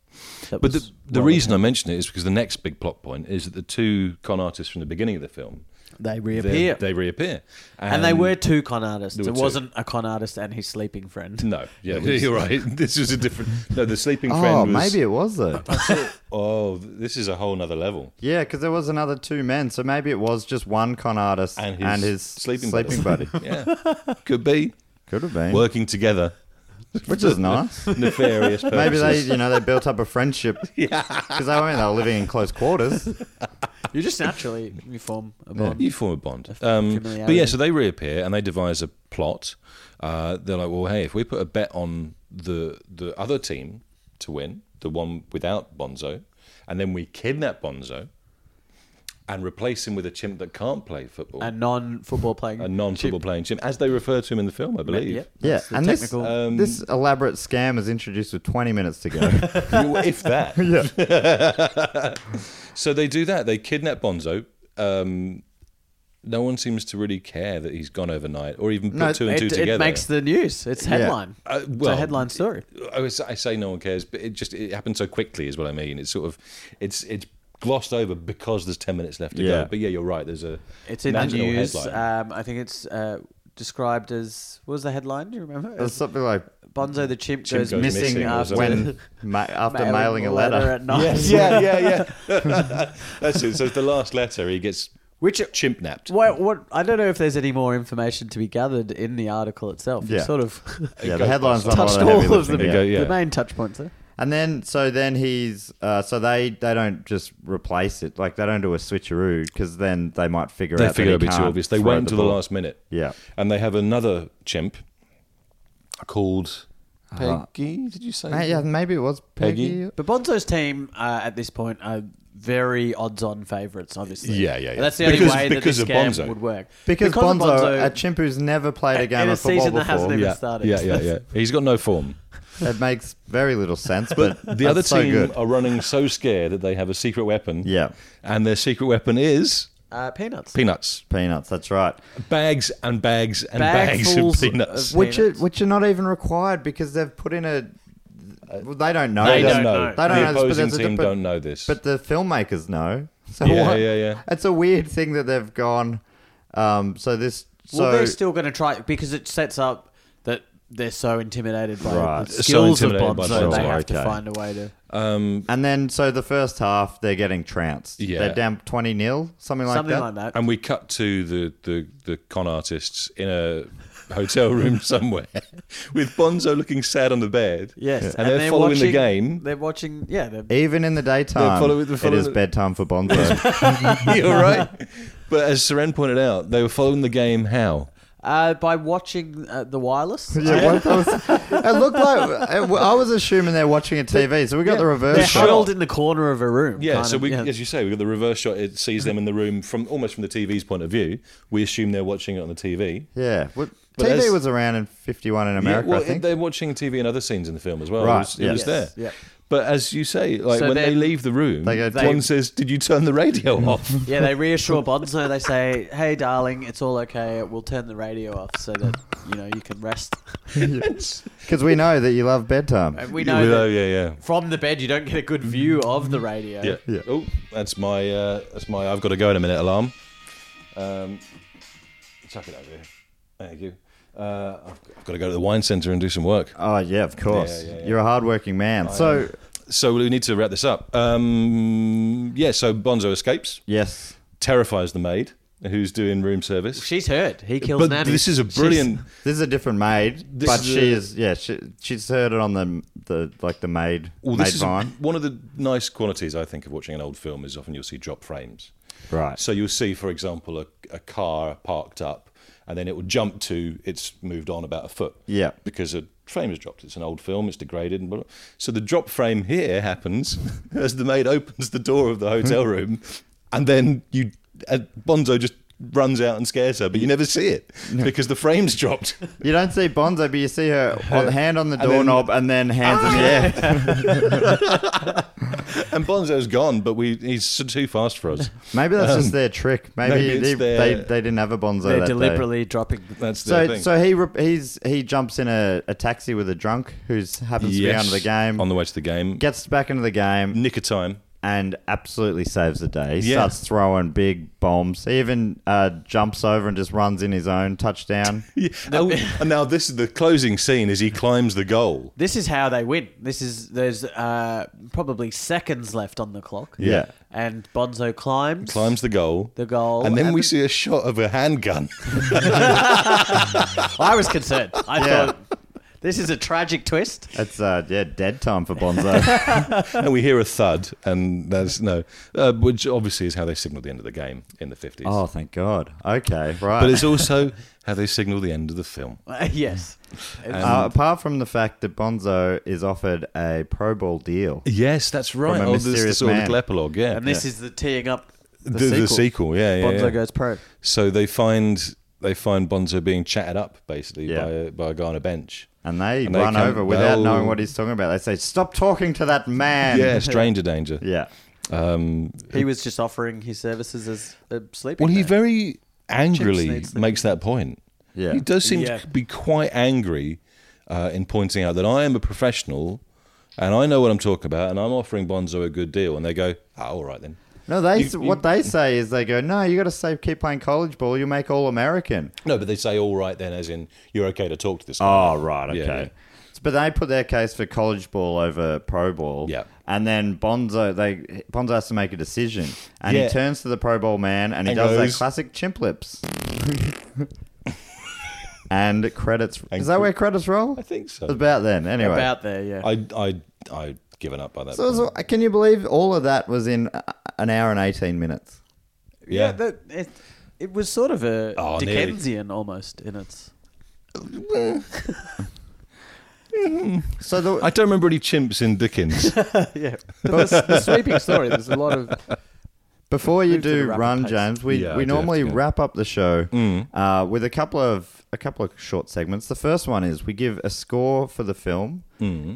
H: that
G: But
H: was
G: the, the
H: well
G: reason I mention it is because the next big plot point is that the two con artists from the beginning of the film
H: they
G: they-
H: reappear.
G: They reappear,
H: and, they were two con artists.
G: there were
H: it
G: two.
H: wasn't a con artist and his sleeping friend.
G: No, yeah, you're right. This was a different. No, the sleeping friend.
A: Oh,
G: was,
A: maybe it was though.
G: Oh, this is a whole nother level.
A: yeah, because there was another two men, so maybe it was just one con artist
G: And his, sleeping
A: buddy.
G: yeah, could be
A: Could have been,
G: working together.
A: which is nice.
G: Nefarious.
A: Maybe
G: purposes.
A: they, you know, they built up a friendship because they weren't they were living in close quarters.
H: You just naturally you form a bond.
G: You form a bond. Um, but yeah,
H: familiarity.
G: so they reappear and they devise a plot. Uh, they're like, well, hey, if we put a bet on the the other team to win, the one without Bonzo, and then we kidnap Bonzo and replace him with a chimp that can't play football,
H: A non-football playing.
G: a non-football playing chimp, as they refer to him in the film, I believe.
H: Yep.
A: Yeah,
H: That's the
A: and this,
H: technical-
G: Uh, um,
A: this elaborate scam is introduced with 20 minutes to go.
G: You- if that. so they do that. They kidnap Bonzo. Um, no one seems to really care that he's gone overnight, or even put
A: No,
G: two and two
H: It,
G: together.
H: it makes the news. It's headline.
G: Uh,
H: it's
G: well,
H: a headline story.
G: I, was, I say no one cares, but it just it happened so quickly, is what I mean. It's sort of it's it's glossed over because there's ten minutes left to
A: Yeah.
G: go. But yeah, you're right. There's a
H: It's in the
G: national
H: news.
G: headline.
H: Um, I think it's uh, described as what was the headline? Do you remember?
A: It was something like
H: Bonzo the chimp,
G: Chimp
H: goes,
G: goes
H: missing,
G: missing or
H: after
A: when ma- after
H: mailing
A: mailing a letter.
H: at night.
G: yeah, yeah, yeah. That's it. So it's the last letter he gets
H: Which
G: chimp napped.
H: What, what I don't know if there's any more information to be gathered in the article itself. You
A: Yeah.
H: sort of
A: Yeah, the
G: goes
A: headlines
G: past
A: done a lot
H: touched
A: of heavy
H: all of
A: lifting,
H: the,
G: It
A: yeah.
G: go- yeah.
H: the main touch points there.
A: And then so then he's uh, so they they don't just replace it like they don't do a switcheroo because then they might figure
G: They
A: out
G: figure
A: that
G: it'd
A: he
G: be too
A: can't
G: obvious. They
A: throw
G: wait until the
A: ball.
G: last minute.
A: Yeah.
G: And they have another chimp called Peggy. Did you say?
A: Hey, yeah, maybe it was Peggy.
H: But Bonzo's team uh, at this point are very odds-on favourites, obviously.
G: Yeah, yeah, yeah.
H: That's the only
G: Because-
H: way that
G: because
H: this
G: of
H: scam
G: Bonzo.
H: would work.
A: Because,
H: of
A: Bonzo, a chimp who's never played a
H: In
A: game
H: a
A: of football
H: season
A: before,
H: that hasn't even-
G: Yeah,
H: started.
G: yeah, yeah, yeah. He's got no form.
A: it makes very little sense. But
G: The other
A: that's so
G: team
A: good.
G: are running so scared that they have a secret weapon.
A: Yeah.
G: And their secret weapon is
H: uh, peanuts.
G: peanuts.
A: peanuts. That's right.
G: Bags and bags and bags of
H: Bagfuls
G: peanuts.
H: of-
A: which are,
H: Peanuts.
A: which are not even required because they've put in a. well, they don't know.
G: they
A: this.
G: don't know.
A: They don't know. this,
G: the
A: but
G: opposing
A: there's a
G: team
A: different-
G: don't know this.
A: But the filmmakers know. So
G: Yeah,
A: what-
G: yeah, yeah.
A: It's a weird thing that they've gone. Um, so this. So
H: well, they're still going to try because it sets up that they're so intimidated by
A: Right.
H: the
A: So
H: skills
G: intimidated
H: of
G: by
H: Bonzo, they
A: Bonzo,
H: have to
A: okay.
H: find a way to.
A: And then, so the first half, they're getting trounced.
G: Yeah.
A: They're down 20 nil, something like
H: something
A: that.
H: like that.
G: And we cut to the, the, the con artists in a hotel room somewhere with Bonzo looking sad on the bed.
H: Yes,
G: And, they're, following
H: watching,
G: the game.
H: They're watching. Yeah, they're
A: Even in the daytime,
G: They follow- they follow-
A: it is bedtime for Bonzo.
G: You're right. But as Seren pointed out, they were following the game how?
H: uh, by watching uh, the wireless.
A: yeah, what, that was, it looked like I was assuming they're watching a TV, so we got the
H: They're
A: reverse shot.
H: huddled in the corner of a room.
G: Yeah,
H: kind
G: so
H: of,
G: we,
H: yeah.
G: as you say, we got the reverse shot. It sees them in the room from almost from the TV's point of view. We assume they're watching it on the TV.
A: Yeah. Well,
G: But
A: TV
G: as-
A: was around in 51 in America,
G: yeah, well,
A: I think.
G: they're watching TV and other scenes in the film as well. It
A: Right,
G: was, it
A: yeah.
G: was there.
H: Yes, yeah.
G: But as you say, like
H: So
G: when they
H: then-
G: leave the room,
A: They go,
G: one
A: "They-
G: says, "Did you turn the radio off?"
H: Yeah, they reassure Bonzo. They say, "Hey, darling, it's all okay. We'll turn the radio off so that you know you can rest."
A: Because we know that you love bedtime.
H: And we know
G: We know,
H: that
G: yeah, yeah.
H: from the bed you don't get a good view of the radio.
G: Yeah.
A: Yeah.
G: Oh, that's my uh, that's my I've got to go in a minute alarm. Um, chuck it over here. Thank you. Uh, I've, I've got to go to the wine centre and do some work.
A: Oh, yeah, of course.
G: Yeah, yeah, yeah.
A: You're a hardworking man. so,
G: So we need to wrap this up. Um, yeah. So Bonzo escapes,
A: yes.
G: terrifies the maid who's doing room service.
H: She's hurt. He kills.
G: but
H: nannies.
G: this is a
H: She's-
G: brilliant.
A: This is a different maid,
G: This
A: but
G: is
A: she
G: a-
A: is yeah. She, she's heard it on the the like the maid
G: Well,
A: maid
G: this is
A: vine.
G: one of the nice qualities I think of watching an old film is often you'll see drop frames.
A: Right.
G: So you'll see, for example, a, a car parked up, and then it will jump to it's moved on about a foot.
A: Yeah.
G: Because a frame has dropped. It's an old film. It's degraded. And blah, blah. So the drop frame here happens as the maid opens the door of the hotel
A: Hmm.
G: room, and then you and Bonzo just runs out and scares her, but you never see it because the frame's dropped.
A: You don't see Bonzo, but you see her on, hand on the
G: And then- Ah!
A: doorknob and then hands in the air.
G: and Bonzo's gone, but we he's too fast for us.
A: Maybe that's just their trick. Maybe,
G: maybe it's
A: they,
G: their-
A: they they didn't have a Bonzo. that
H: They're
A: day.
H: deliberately dropping.
G: That's the
A: So
G: thing.
A: so he re- he's he jumps in a, a taxi with a drunk who's happens to be under the game.
G: On the way to the game.
A: gets back into the game.
G: Nick of time.
A: and absolutely saves the day. He
G: Yeah.
A: starts throwing big bombs. He even uh, jumps over and just runs in his own touchdown.
G: Oh, and now this is the closing scene as he climbs the goal.
H: This is how they win. This is there's uh, probably seconds left on the clock.
A: Yeah.
H: and Bonzo climbs.
G: Climbs the goal.
H: The goal.
G: And then
H: And
G: we
H: the-
G: see a shot of a handgun.
H: I was concerned. I
A: Yeah.
H: thought this is a tragic twist.
A: It's uh, yeah, dead time for Bonzo.
G: and we hear a thud. And there's no, uh, which obviously is how they signal the end of the game in the 50s.
A: oh, thank God. Okay, right.
G: But it's also how they signal the end of the film.
H: yes.
A: uh, apart from the fact that Bonzo is offered a Pro Bowl deal,
G: Yes, that's right.
A: From a
G: oh, there's the
A: mysterious
G: sort of
A: man.
G: little epilogue, yeah.
H: And this is the teeing up the,
G: the, the
H: sequel.
G: sequel. yeah, yeah,
H: Bonzo
G: yeah.
H: goes pro.
G: So they find they find Bonzo being chatted up basically
A: Yeah.
G: by, a, by a guy on a bench.
A: and they
G: And they
A: run
G: come-
A: over without
G: they'll-
A: knowing what he's talking about. They say, "Stop talking to that man."
G: yeah, stranger danger.
A: yeah.
H: He was just offering his services as a sleeping.
G: Well, he
H: bag.
G: very
H: Chicks
G: angrily
H: needs them.
G: makes that point.
A: Yeah.
G: He does seem
H: Yeah.
G: to be quite angry uh, in pointing out that I am a professional and I know what I'm talking about and I'm offering Bonzo a good deal. And they go, ah, all right then.
A: No, they
G: You-
A: s
G: you-
A: what they say is they go, "No, you got to say keep playing college ball. You make all American."
G: No, but they say, all right then, as in, you're okay to talk to this guy.
A: Oh, right, okay.
G: Yeah, yeah.
A: So- But they put their case for college ball over pro ball.
G: Yeah.
A: And then Bonzo they Bonzo has to make a decision. And
G: Yeah.
A: he turns to the pro bowl man and he
G: And
A: does
G: goes-
A: that classic chimp lips. and credits
G: And
A: Is that
G: cre-
A: where credits roll?
G: I think so.
A: About then, anyway.
H: about there. Yeah.
G: I, I, I'd given up by that
A: so,
G: point.
A: so can you believe all of that was in uh, an hour and 18 minutes?
G: yeah.
H: that, it, it was sort of a
G: Oh, nearly.
H: Dickensian almost in its.
A: So the,
G: I don't remember any chimps in Dickens.
H: Yeah. the, the sweeping story. There's a lot of.
A: Before you
H: Move to the
A: do
H: rapid
A: run,
H: pace.
A: James, we,
G: Yeah, I
A: we
G: do have
A: normally
G: to go.
A: wrap up the show uh, with a couple of a couple of short segments. The first one is we give a score for the film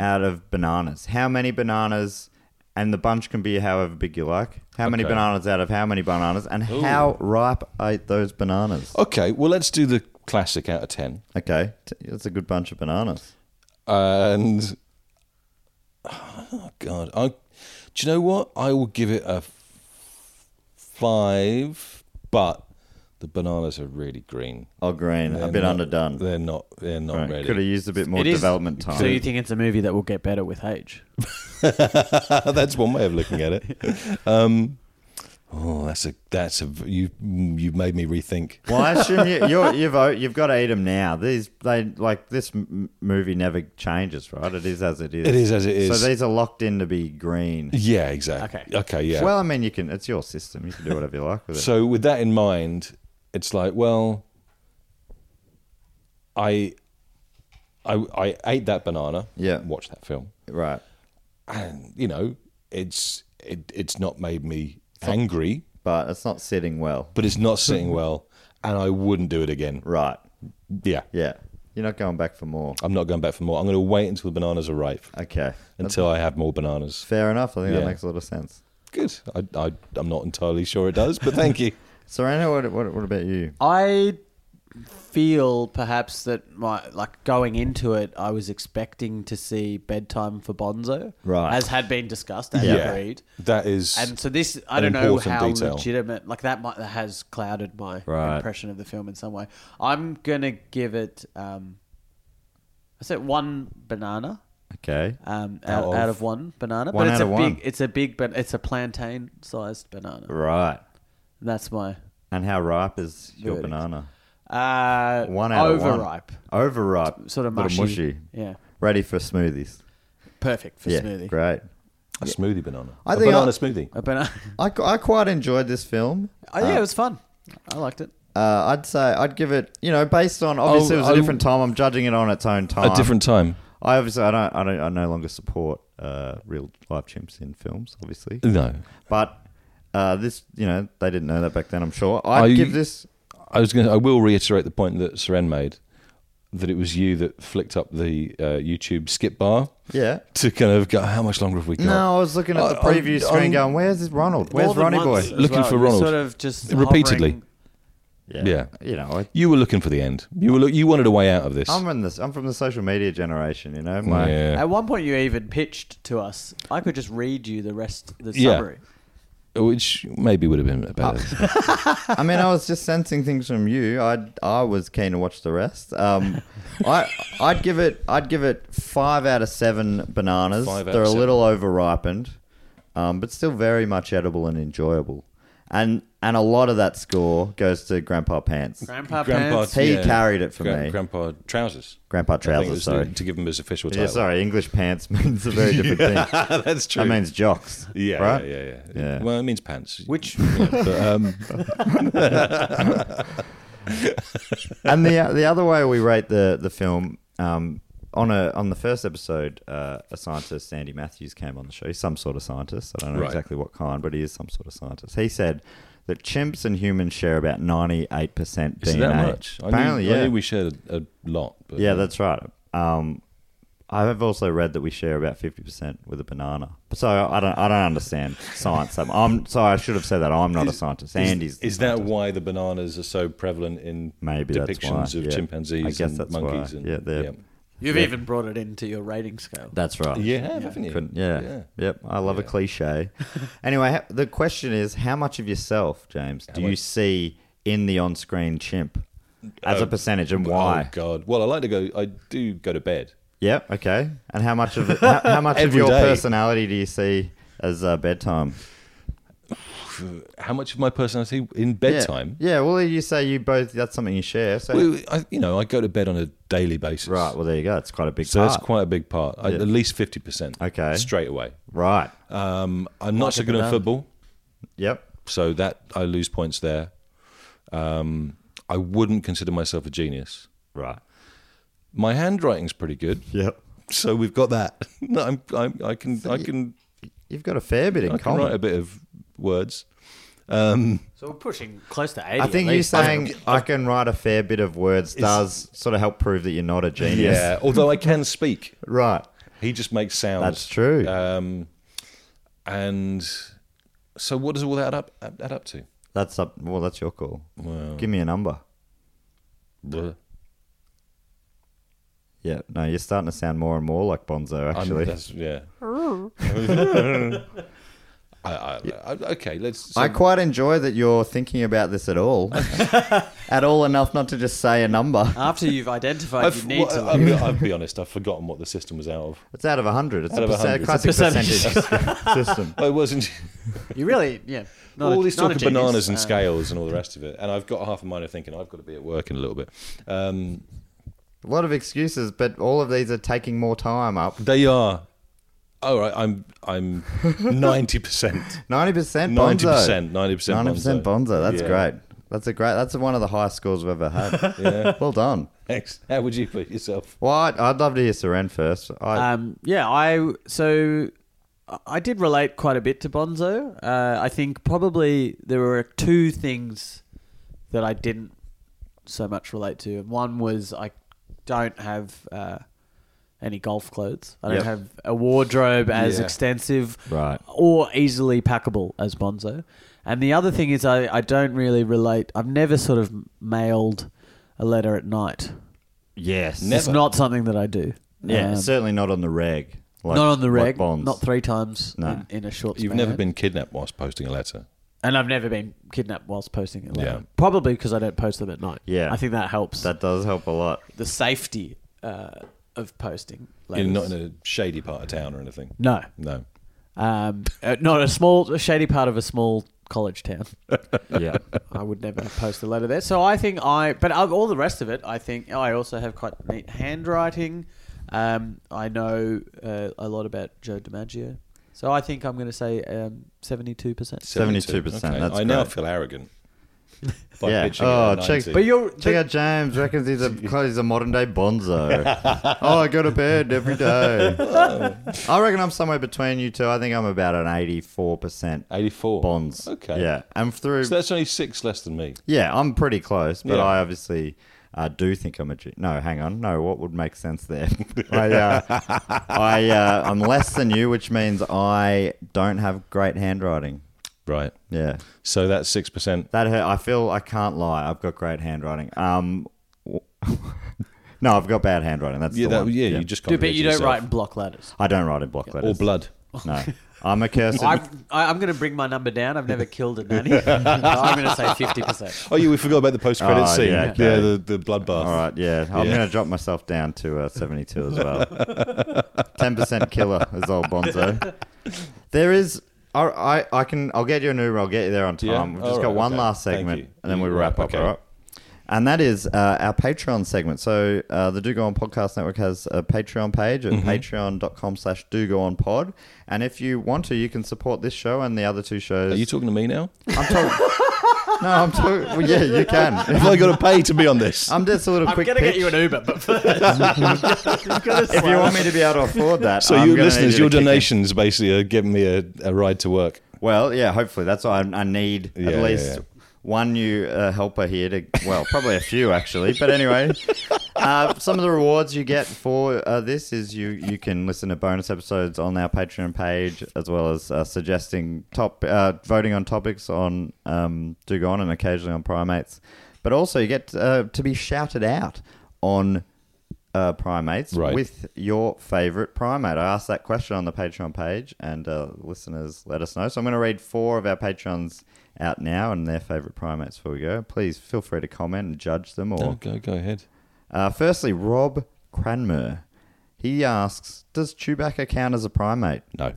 A: out of bananas. How many bananas? And the bunch can be however big you like. How many
G: Okay.
A: bananas out of how many bananas? And how ripe ate those bananas?
G: okay, well, let's do the classic out of 10.
A: Okay, t- that's a good bunch of bananas.
G: and oh god, I do you know what? I will give it a f- five, but The bananas are really green.
A: Oh, green.
G: They're
A: a bit
G: not-
A: underdone.
G: They're not. They're not ready.
A: Could have used a bit more
H: It is-
A: development time.
H: So you think it's a movie that will get better with age?
G: that's one way of looking at it. Um, oh, that's a that's a you you made me rethink.
A: well, I assume you, you're, you've o- you've got to eat them now. These they like this m- movie never changes, right? It is as it is.
G: It is as it is.
A: So these are locked in to be green.
G: Yeah, exactly. Okay. Okay. Yeah.
A: Well, I mean, you can. It's your system. You can do whatever you like with it.
G: So with that in mind, it's like, well, I, I, I ate that banana.
A: Yeah.
G: Watched that film,
A: right.
G: and you know, it's it, it's not made me angry,
A: But it's not sitting well.
G: but it's not sitting well, and I wouldn't do it again.
A: Right.
G: Yeah.
A: Yeah. You're not going back for more.
G: I'm not going back for more. I'm going to wait until the bananas are ripe.
A: Okay.
G: Until I have more bananas.
A: Fair enough. I think that
G: Yeah.
A: makes a lot of sense.
G: Good. I, I, I'm not entirely sure it does, but thank you.
A: Serena, what, what, what about you?
H: I feel perhaps that my like going into it, I was expecting to see bedtime for Bonzo,
A: Right.
H: As had been discussed and agreed.
G: That is.
H: And so this, I
G: An
H: don't know
G: important
H: how
G: detail.
H: legitimate. Like that, might, that has clouded my
A: Right.
H: impression of the film in some way. I'm gonna give it. Um, I said one banana.
A: Okay.
H: Um,
G: Out
H: out,
G: of-
H: out, of one banana,
A: One
H: but it's
A: out
H: a
A: of
H: big,
A: one.
H: it's a big, but it's a plantain-sized banana.
A: Right.
H: That's my
A: And how ripe is your
H: Verdict.
A: banana?
H: uh,
A: One out of one.
H: overripe,
A: Overripe.
H: sort of
A: Little
H: mushy.
A: mushy.
H: Yeah,
A: Ready for smoothies.
H: perfect for
A: yeah.
H: smoothie.
A: Great.
G: a smoothie banana.
A: I
G: A
A: think
G: banana
A: I-
G: smoothie.
H: A banana.
A: I, qu- I quite enjoyed this film.
H: Oh, yeah, it was fun. I liked it.
A: Uh, I'd say I'd give it, you know, based on obviously
G: Oh,
A: it was a
G: oh.
A: different time. I'm judging it on its own time.
G: A different time.
A: I obviously I don't I don't I no longer support uh, real life chimps in films, obviously.
G: No.
A: But uh, this, you know, they didn't know that back then. I'm sure. I'd
G: Are you-
A: give this.
G: I was going. to I will reiterate the point that Seren made, that it was you that flicked up the uh, YouTube skip bar
A: Yeah.
G: to kind of go. How much longer have we got?
A: No, I was looking at the
G: I-
A: preview
G: I'm-
A: screen,
G: I'm-
A: going, "Where's this Ronald? Where's
H: More than
A: Ronnie
H: once
A: Boy?"
H: as
G: Looking for
H: It was
G: Ronald.
H: Sort of just
G: Repeatedly.
H: hovering-
G: Yeah.
A: You know, I,
G: You were looking for the end. You were. Look, you wanted a way out of this.
A: I'm from this. I'm from the social media generation. You know, my
G: yeah.
H: At one point, you even pitched to us. I could just read you the rest, the
G: Yeah.
H: summary.
G: Which maybe would have been better.
A: I mean, I was just sensing things from you. I I was keen to watch the rest. Um, I I'd give it I'd give it five out of seven bananas.
G: Five out
A: They're
G: of
A: a
G: seven.
A: little overripened, um, but still very much edible and enjoyable. And and a lot of that score goes to Grandpa Pants,
H: Grandpa,
G: Grandpa.
H: pants.
A: He carried it for
G: Gran-
A: me.
G: Grandpa trousers.
A: Grandpa
G: I think it
A: Trousers.
G: was
A: Sorry,
G: to give him his official title.
A: yeah, sorry. English pants means a very different thing.
G: That's true.
A: That means jocks.
G: Yeah,
A: right?
G: yeah, yeah, yeah.
A: Yeah.
G: Well, it means pants.
H: Which-
G: Yeah, but, um,
A: and the the other way we rate the the film um, on a on the first episode, uh, a scientist, Sandy Matthews, came on the show. He's some sort of scientist. I don't know
G: Right.
A: exactly what kind, but he is some sort of scientist. He said that chimps and humans share about ninety eight percent DNA.
G: is it that much? I
A: Apparently,
G: knew, I
A: yeah,
G: knew we shared a lot. But
A: yeah, that's right. Um, I've also read that we share about fifty percent with a banana. So I don't I don't understand science. I'm, I'm sorry, I should have said that. I'm not a scientist.
G: Is-
A: Andy's the
G: Is that why the bananas are so prevalent in
A: Maybe that's
G: depictions
A: why,
G: of
A: yeah.
G: chimpanzees
A: I guess
G: and
A: that's
G: monkeys?
A: why,
G: And,
A: yeah, they're-
H: You've even brought it into your rating scale.
A: That's right.
G: You have, haven't you?
A: Couldn't, yeah.
G: Yeah.
A: Yep. I love a cliche. anyway, ha- the question is how much of yourself, James, do you
G: much-
A: see in the on screen chimp as a percentage and
G: Oh
A: why?
G: God! Well, I like to go. I do go to bed.
A: Yep. Okay. And how much of it, how, how much of
G: Every
A: your
G: day.
A: personality do you see as uh, bedtime?
G: How much of my personality in bedtime?
A: Yeah. yeah. Well, you say you both, that's something you share. So,
G: Well, I, you know, I go to bed on a daily basis.
A: right. Well, there you go. It's quite a big
G: So
A: part.
G: that's quite a big part. I,
A: Yeah.
G: at least fifty percent.
A: Okay.
G: Straight away.
A: right.
G: Um, I'm not so good at football,
A: Yep.
G: so that I lose points there. Um, I wouldn't consider myself a genius.
A: Right.
G: My handwriting's pretty good.
A: Yep.
G: so we've got that. No, I'm, I'm, I can, I can,
A: You've got a fair bit in
G: I can
A: common.
G: write a bit of words. Um,
H: So we're pushing close to 80.
A: I think you saying i can write a fair bit of words does sort of help prove that you're not a genius.
G: yeah, although I can speak,
A: Right.
G: he just makes sounds.
A: That's true.
G: Um, and so, what does all that add up add up to?
A: That's up. Well, that's your call. Give me a number.
G: Bleh.
A: Yeah. No, you're starting to sound more and more like Bonzo.
G: I'm-
A: Actually,
G: that's- yeah. I, I, I, okay, let's. so-
A: I quite enjoy that you're thinking about this at all. at all enough not to just say a number.
H: After you've identified,
G: I've,
H: you need to.
G: well, I'll, be, I'll be honest, I've forgotten what the system was out of.
A: It's out of 100. It's
G: Out
A: a
G: of
A: percent,
G: 100.
A: classic
H: It's a
A: percentage, system.
G: I Oh, wasn't.
H: you really, yeah. Not
G: all
H: a,
G: this
H: not
G: talk
H: a
G: of
H: genius.
G: bananas and
H: Uh,
G: scales and all the rest of it, and I've got half a mind of thinking I've got to be at work in a little bit. Um,
A: A lot of excuses, but all of these are taking more time up.
G: they are. All right, I'm I'm ninety percent.
A: 90% Bonzo. 90%
G: 90%, 90% Bonzo.
A: Bonzo. That's
G: Yeah.
A: great. That's a great. That's one of the highest scores we've ever had. yeah. Well done.
G: Thanks. How would you put yourself?
A: Well, I'd, I'd love to hear Seren first. I,
H: Um, yeah, I so I did relate quite a bit to Bonzo. Uh, I think probably there were two things that I didn't so much relate to, and one was I don't have uh, any golf clothes. I don't
A: Yep.
H: have a wardrobe as
G: Yeah.
H: extensive
A: Right.
H: or easily packable as Bonzo. And the other thing is I, I don't really relate. I've never sort of mailed a letter at night.
A: yes.
H: It's not something that I do.
A: Yeah,
H: Um,
A: certainly not on the reg. Like,
H: not on the
A: like
H: reg.
A: Bonds.
H: Not three times
A: No.
H: in, in a short.
G: You've
H: span.
G: never been kidnapped whilst posting a letter.
H: and I've never been kidnapped whilst posting it.
G: Yeah.
H: Yeah, probably because I don't post them at night.
A: Yeah.
H: I think that helps.
A: That does help a lot.
H: the safety uh, of posting.
G: You're
H: letters.
G: not in a shady part of town or anything.
H: no,
G: No.
H: um, uh, not a small, a shady part of a small college town.
A: Yeah.
H: I would never post a letter there. So I think I, but of all the rest of it, I think oh, I also have quite neat handwriting. Um, I know uh, a lot about Joe DiMaggio. So I think I'm going to say um, 72%.
A: 72%, that's
G: I now
A: great.
G: feel arrogant. By
A: Yeah.
G: pitching
A: Oh,
G: it at
A: check-
G: 90.
H: But you're
A: Check out James. Reckons he's a he's a modern day Bonzo. oh, I go to bed every day. I reckon I'm somewhere between you two. I think I'm about an eighty-four percent
G: 84
A: bonds.
G: Okay.
A: Yeah, I'm through.
G: So that's only six less than me.
A: yeah, I'm pretty close, but
G: Yeah.
A: I obviously. uh, do think I'm a G- no? Hang on, no. What would make sense there? I, uh, I, uh, I'm less than you, which means I don't have great handwriting.
G: Right.
A: Yeah,
G: So that's six percent.
A: That hurt. I feel I can't lie. I've got great handwriting. Um, w- no, I've got bad handwriting. That's
G: Yeah,
A: the
G: that,
A: one.
G: yeah, you just can't.
H: Dude, but you don't write in block letters.
A: I don't write in block
G: or
A: letters.
G: blood.
A: No, I'm a cursor.
H: I've, I, I'm going to bring my number down. I've never killed a nanny. So I'm going to say 50%.
G: Oh, yeah, we forgot about the post credit
A: Oh,
G: scene.
A: yeah,
G: Yeah,
A: okay.
G: the, the blood bath.
A: All right, yeah, I'm
G: Yeah.
A: going to drop myself down to uh, 72 as well. Ten percent killer is old Bonzo. There is. I, I, I can. I'll get you an Uber. I'll get you there on time.
G: Yeah?
A: We've
G: All
A: just got
G: right,
A: one
G: okay.
A: last
G: Thank
A: segment,
G: you.
A: and then we
G: You-
A: wrap
G: right,
A: up.
G: okay.
A: All right. And that is uh, our Patreon segment. So uh, the Do Go On Podcast Network has a Patreon page at
G: Mm-hmm.
A: patreon.com slash do go on pod. And if you want to, you can support this show and the other two shows.
G: Are you talking to me now?
A: I'm talking... no, I'm talking... Well, yeah, you can.
G: Have I got to pay to be on this?
A: I'm just a little
H: I'm
A: quick
H: going to
A: pitch.
H: get you an Uber, but first. if
A: if you want me to be able to afford that,
G: so
A: I'm
G: you
A: gonna need
G: listeners,
A: to
G: your
A: kick in.
G: donations basically are giving me a, a ride to work.
A: Well, yeah, hopefully that's what I, I need
G: Yeah,
A: at least
G: yeah, yeah.
A: one new uh, helper here to. Well, probably a few actually, but anyway, uh, some of the rewards you get for uh, this is you you can listen to bonus episodes on our Patreon page as well as uh, suggesting top uh, voting on topics on um, Do Go On and occasionally on Primates, but also you get uh, to be shouted out on. Uh, primates
G: Right.
A: with your favorite primate? I asked that question on the Patreon page, and uh, listeners let us know. So I'm going to read four of our patrons out now and their favorite primates before we go. Please feel free to comment and judge them. Or
G: go, go ahead.
A: uh, firstly, Rob Cranmer. He asks, "Does Chewbacca count as a primate?"
G: No,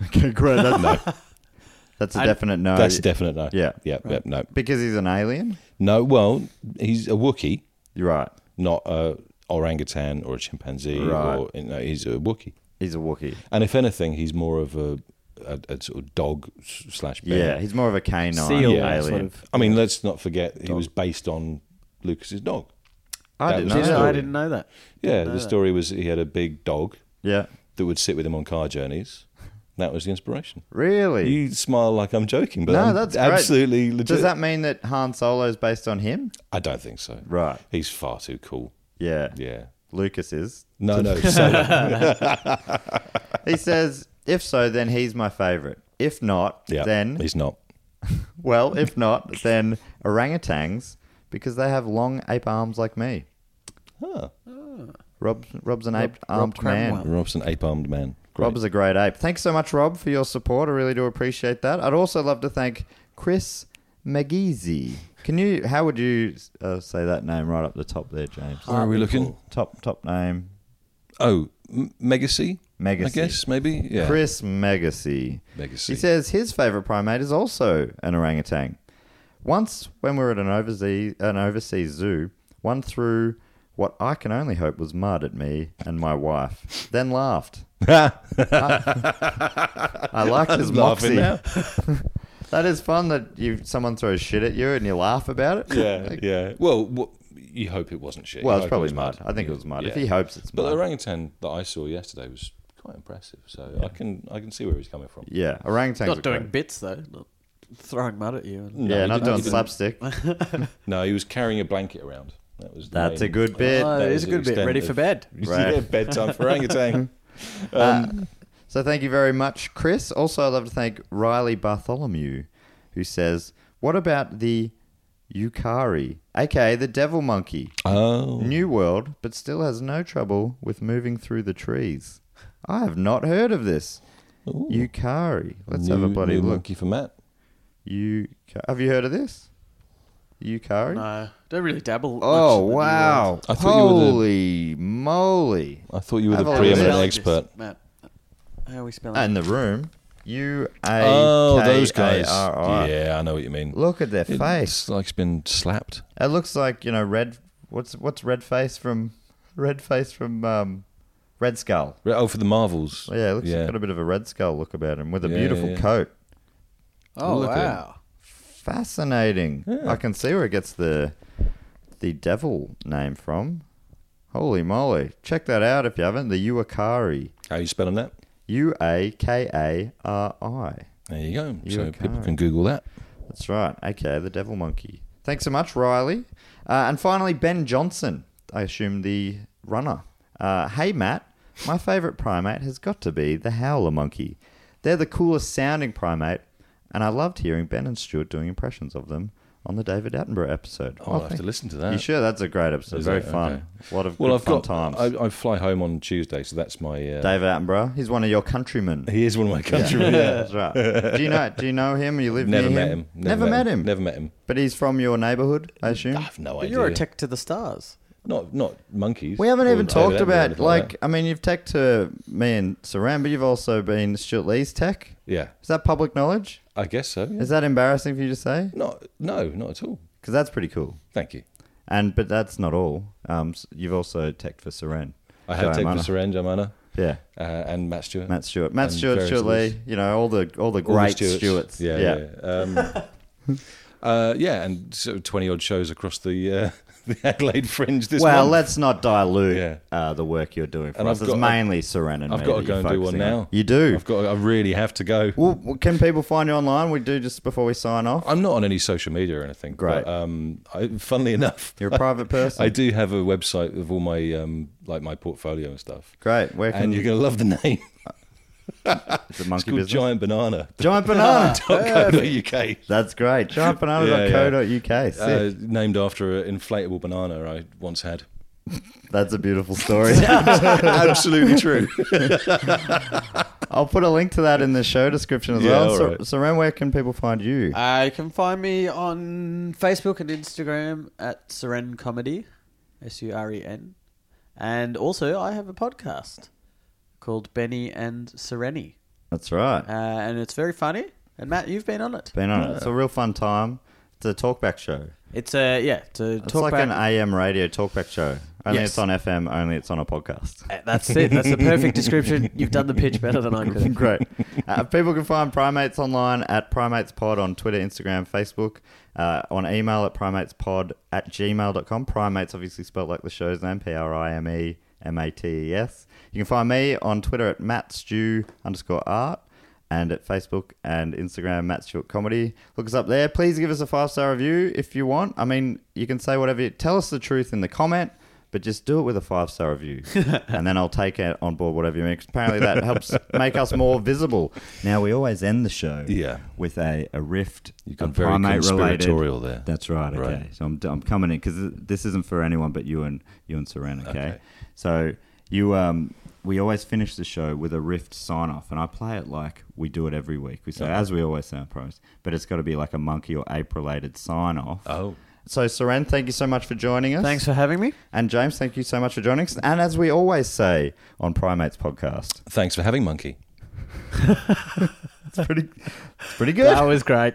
A: Okay, great. That's, that's a definite no.
G: that's definite no.
A: Uh, Yeah.
G: yeah, yeah, no,
A: because he's an alien.
G: no. Well, he's a Wookiee,
A: You're right.
G: not a orangutan or a chimpanzee. Or, you know, he's a Wookiee.
A: He's a Wookiee.
G: And if anything, he's more of a, a, a sort of dog s- slash
A: Yeah,
G: bear.
A: he's more of a canine
H: Seal,
G: Yeah.
A: alien.
H: sort of.
G: I mean, let's not forget he was based on Lucas's dog.
A: I
G: That
A: didn't
G: was
A: know.
G: his
A: that.
H: I
G: story.
H: didn't know that.
G: Yeah,
A: Uh.
G: the story was he had a big dog
A: Yeah,
G: that would sit with him on car journeys. That was the inspiration.
A: really.
G: You smile like I'm joking, but
A: no,
G: I'm
A: that's great.
G: absolutely legit.
A: Does that mean that Han Solo is based on him?
G: I don't think so.
A: Right.
G: He's far too cool.
A: Yeah.
G: Yeah.
A: Lucas is.
G: No, no. So,
A: He says, if so, then he's my favorite. If not,
G: yeah.
A: then
G: he's not.
A: well, if not, then orangutans because they have long ape arms like me.
G: Huh.
A: Rob, Rob's an ape
H: Rob
A: armed man.
H: Cromwell.
G: Rob's an ape-armed man.
A: Rob is a great ape. Thanks so much, Rob, for your support. I really do appreciate that. I'd also love to thank Chris McGeezy. Can you? How would you uh, say that name right up the top there, James?
G: Where are we looking?
A: Top top name.
G: Oh, M- Megacy? I
A: Megacy.
G: guess, maybe? Yeah.
A: Chris Megacy.
G: Megacy.
A: He says his favorite primate is also an orangutan. Once, when we were at an overseas, an overseas zoo, one threw what I can only hope was mud at me and my wife, then laughed. I, I liked his
G: I'm
A: moxie.
G: laughing now.
A: that is fun that you someone throws shit at you and you laugh about it.
G: Yeah, yeah. Well, wh- you hope it wasn't shit.
A: Well, it's
G: You hope
A: probably mud. I think it was mud. If
G: Yeah.
A: he hopes it's
G: But the
A: mud.
G: orangutan that I saw yesterday was quite impressive. So I can I can see where he's coming from.
A: Yeah, orangutans.
H: Not
A: are
H: doing
A: great.
H: bits though, not throwing mud at you. And
G: No,
A: yeah,
G: he
A: not
G: didn't-
A: doing
G: he didn't.
A: slapstick.
G: No, he was carrying a blanket around. That was. the
A: That's
G: main-
A: a good bit.
H: Oh,
G: that
H: it
G: is
H: is a
G: the
H: good bit.
G: extent
H: Ready
G: of-
H: for bed.
A: Right.
G: Yeah, bedtime for orangutan.
A: So thank you very much, Chris. Also, I'd love to thank Riley Bartholomew, who says, "What about the Yukari, aka the devil monkey?
G: oh,
A: New world, but still has no trouble with moving through the trees. I have not heard of this Yukari. Let's have a
G: New-
A: bloody
G: new
A: look.
G: monkey for Matt.
A: You have you heard of this Yukari?
H: No, don't really dabble. much
A: Oh
H: in the new
A: wow!
H: world.
G: I thought you were the-
A: Holy moly!
G: I thought you were
A: Have a
G: the
A: look.
G: preeminent
H: Spelling
G: expert.
H: This, Matt, how are we spelling?
A: And the room, U A
G: Oh, those
A: K A
G: guys.
A: R I.
G: Yeah, I know what you mean.
A: Look at their
G: It's
A: face.
G: like it's been slapped.
A: It looks like you know red. What's what's red face from red face from um, Red Skull?
G: Re- Oh, for the Marvels.
A: Yeah, it looks
G: yeah.
A: got a bit of a Red Skull look about him with a
G: Yeah,
A: beautiful
G: yeah.
A: coat.
H: oh
G: look at it.
H: wow!
A: Fascinating. I can see where it gets the the devil name from. Holy moly! Check that out if you haven't. The Uakari.
G: How you spelling that?
A: U A K A R I.
G: There you go.
A: You
G: so
A: okay?
G: people can Google that.
A: That's right. Okay, the devil monkey. Thanks so much, Riley. Uh, and finally, Ben Johnson, I assume the runner. Uh, hey, Matt, my favourite primate has got to be the howler monkey. They're the coolest sounding primate, and I loved hearing Ben and Stuart doing impressions of them on the David Attenborough episode.
G: Oh, I'll have to listen to that.
A: You sure? That's a great episode.
G: Is
A: Very
G: it?
A: fun.
G: Okay.
A: A lot of
G: Well,
A: good
G: I've
A: fun
G: got.
A: times.
G: I, I fly home on Tuesday, so that's my. Uh,
A: David Attenborough, he's one of your countrymen.
G: he is one of my countrymen. Yeah.
A: That's right. Do you know? Do you know him? You live
G: Never
A: near
G: met
A: him?
G: him.
A: Never, met him. Hmm?
G: Never met him.
A: But he's from your neighbourhood, I assume.
G: I have no
H: But
G: idea.
H: you're a tech to the stars.
G: Not not monkeys.
A: We haven't
G: or
A: even
G: David
A: talked
G: Attenborough or
A: about
G: anything
A: like
G: that.
A: I mean you've tech to me and Saran, but you've also been Stuart Lee's tech.
G: Yeah,
A: Is that public knowledge?
G: I guess so. yeah.
A: Is that embarrassing for you to say?
G: Not no, not at all.
A: Because that's pretty cool.
G: Thank you.
A: And but that's not all. Um, s- you've also tech for Saran.
G: I have taken
A: Joe
G: for Seren Jamana
A: Amana.
G: uh, and Matt Stewart.
A: Yeah, Matt Stewart, Matt
G: And
A: Stewart,
G: various
A: Stuart
G: others.
A: Lee. You know all the all the
G: All the
A: great Stewarts.
G: Yeah, yeah. yeah. Um, uh, yeah, and so twenty odd shows across the uh, the Adelaide Fringe this
A: Well,
G: month.
A: let's not dilute
G: Yeah.
A: uh, the work you're doing for
G: And
A: us.
G: I've
A: it's
G: got-
A: mainly Saran and
G: I've
A: me
G: got
A: that
G: to go
A: you're
G: and do one
A: focusing
G: now.
A: You do.
G: I've got. I really have to go.
A: well, can people find you online? We do just before we sign off.
G: I'm not on any social media or anything.
A: Great.
G: But, um, I, funnily enough,
A: You're a private person.
G: I do have a website of all my um, like my portfolio and stuff.
A: Great. Where can
G: And you're gonna love the name.
A: the
G: It's
A: monkey
G: called
A: business? Ah.
G: Giant Banana.
A: Giant banana.
G: .co.uk.
A: That's great. Giantbanana.co.uk.
G: Uh,
A: Sick.
G: named after an inflatable banana I once had.
A: That's a beautiful story.
G: Absolutely true.
A: I'll put a link to that in the show description as
G: Yeah,
A: well.
G: all
A: So,
G: right.
A: so, Ren, where can people find you?
H: Uh, you can find me on Facebook and Instagram at Suren Comedy, S U R E N, and also I have a podcast called Benny and Sereni,
A: That's right.
H: uh, and it's very funny. And Matt, you've been on it.
A: Been
G: uh,
A: on it. It's a real fun time. It's a talkback show.
H: It's a yeah, it's a
A: It's
H: talk
A: like
H: back-
A: an AM radio talkback show. Only
H: Yes.
A: it's on FM. Only it's on a podcast.
H: Uh, That's it. That's the perfect description. You've done the pitch better than I could. have.
A: Great. Uh, people can find Primates online at primatespod on Twitter, Instagram, Facebook, uh, on email at primatespod at gmail.com. Primates obviously spelled like the show's name, E P-R-I-M-E-M-A-T-E-S. You can find me on Twitter at mattstew underscore art and at Facebook and Instagram, Matt Stewart Comedy. Look us up there. Please give us a five-star review if you want. I mean, you can say whatever you... Tell us the truth in the comment but just do it with a five star review, and then I'll take it on board whatever you mean. 'cause apparently, that helps make us more visible. Now we always end the show,
G: Yeah.
A: with a a rift.
G: You got
A: a
G: very
A: primate-related-
G: conspiratorial there.
A: That's right. Okay,
G: Right.
A: so I'm I'm coming in because this isn't for anyone but you and you and Saran. Okay, so You um, we always finish the show with a rift sign off, and I play it like we do it every week. We say as we always say, I promise, but it's got to be like a monkey or ape related sign off.
G: Oh.
A: So, Soren, thank you so much for joining us.
H: Thanks for having me.
A: And James, thank you so much for joining us. And as we always say on Primates Podcast,
G: Thanks for having Monkey.
A: it's pretty, it's pretty good.
H: That was great.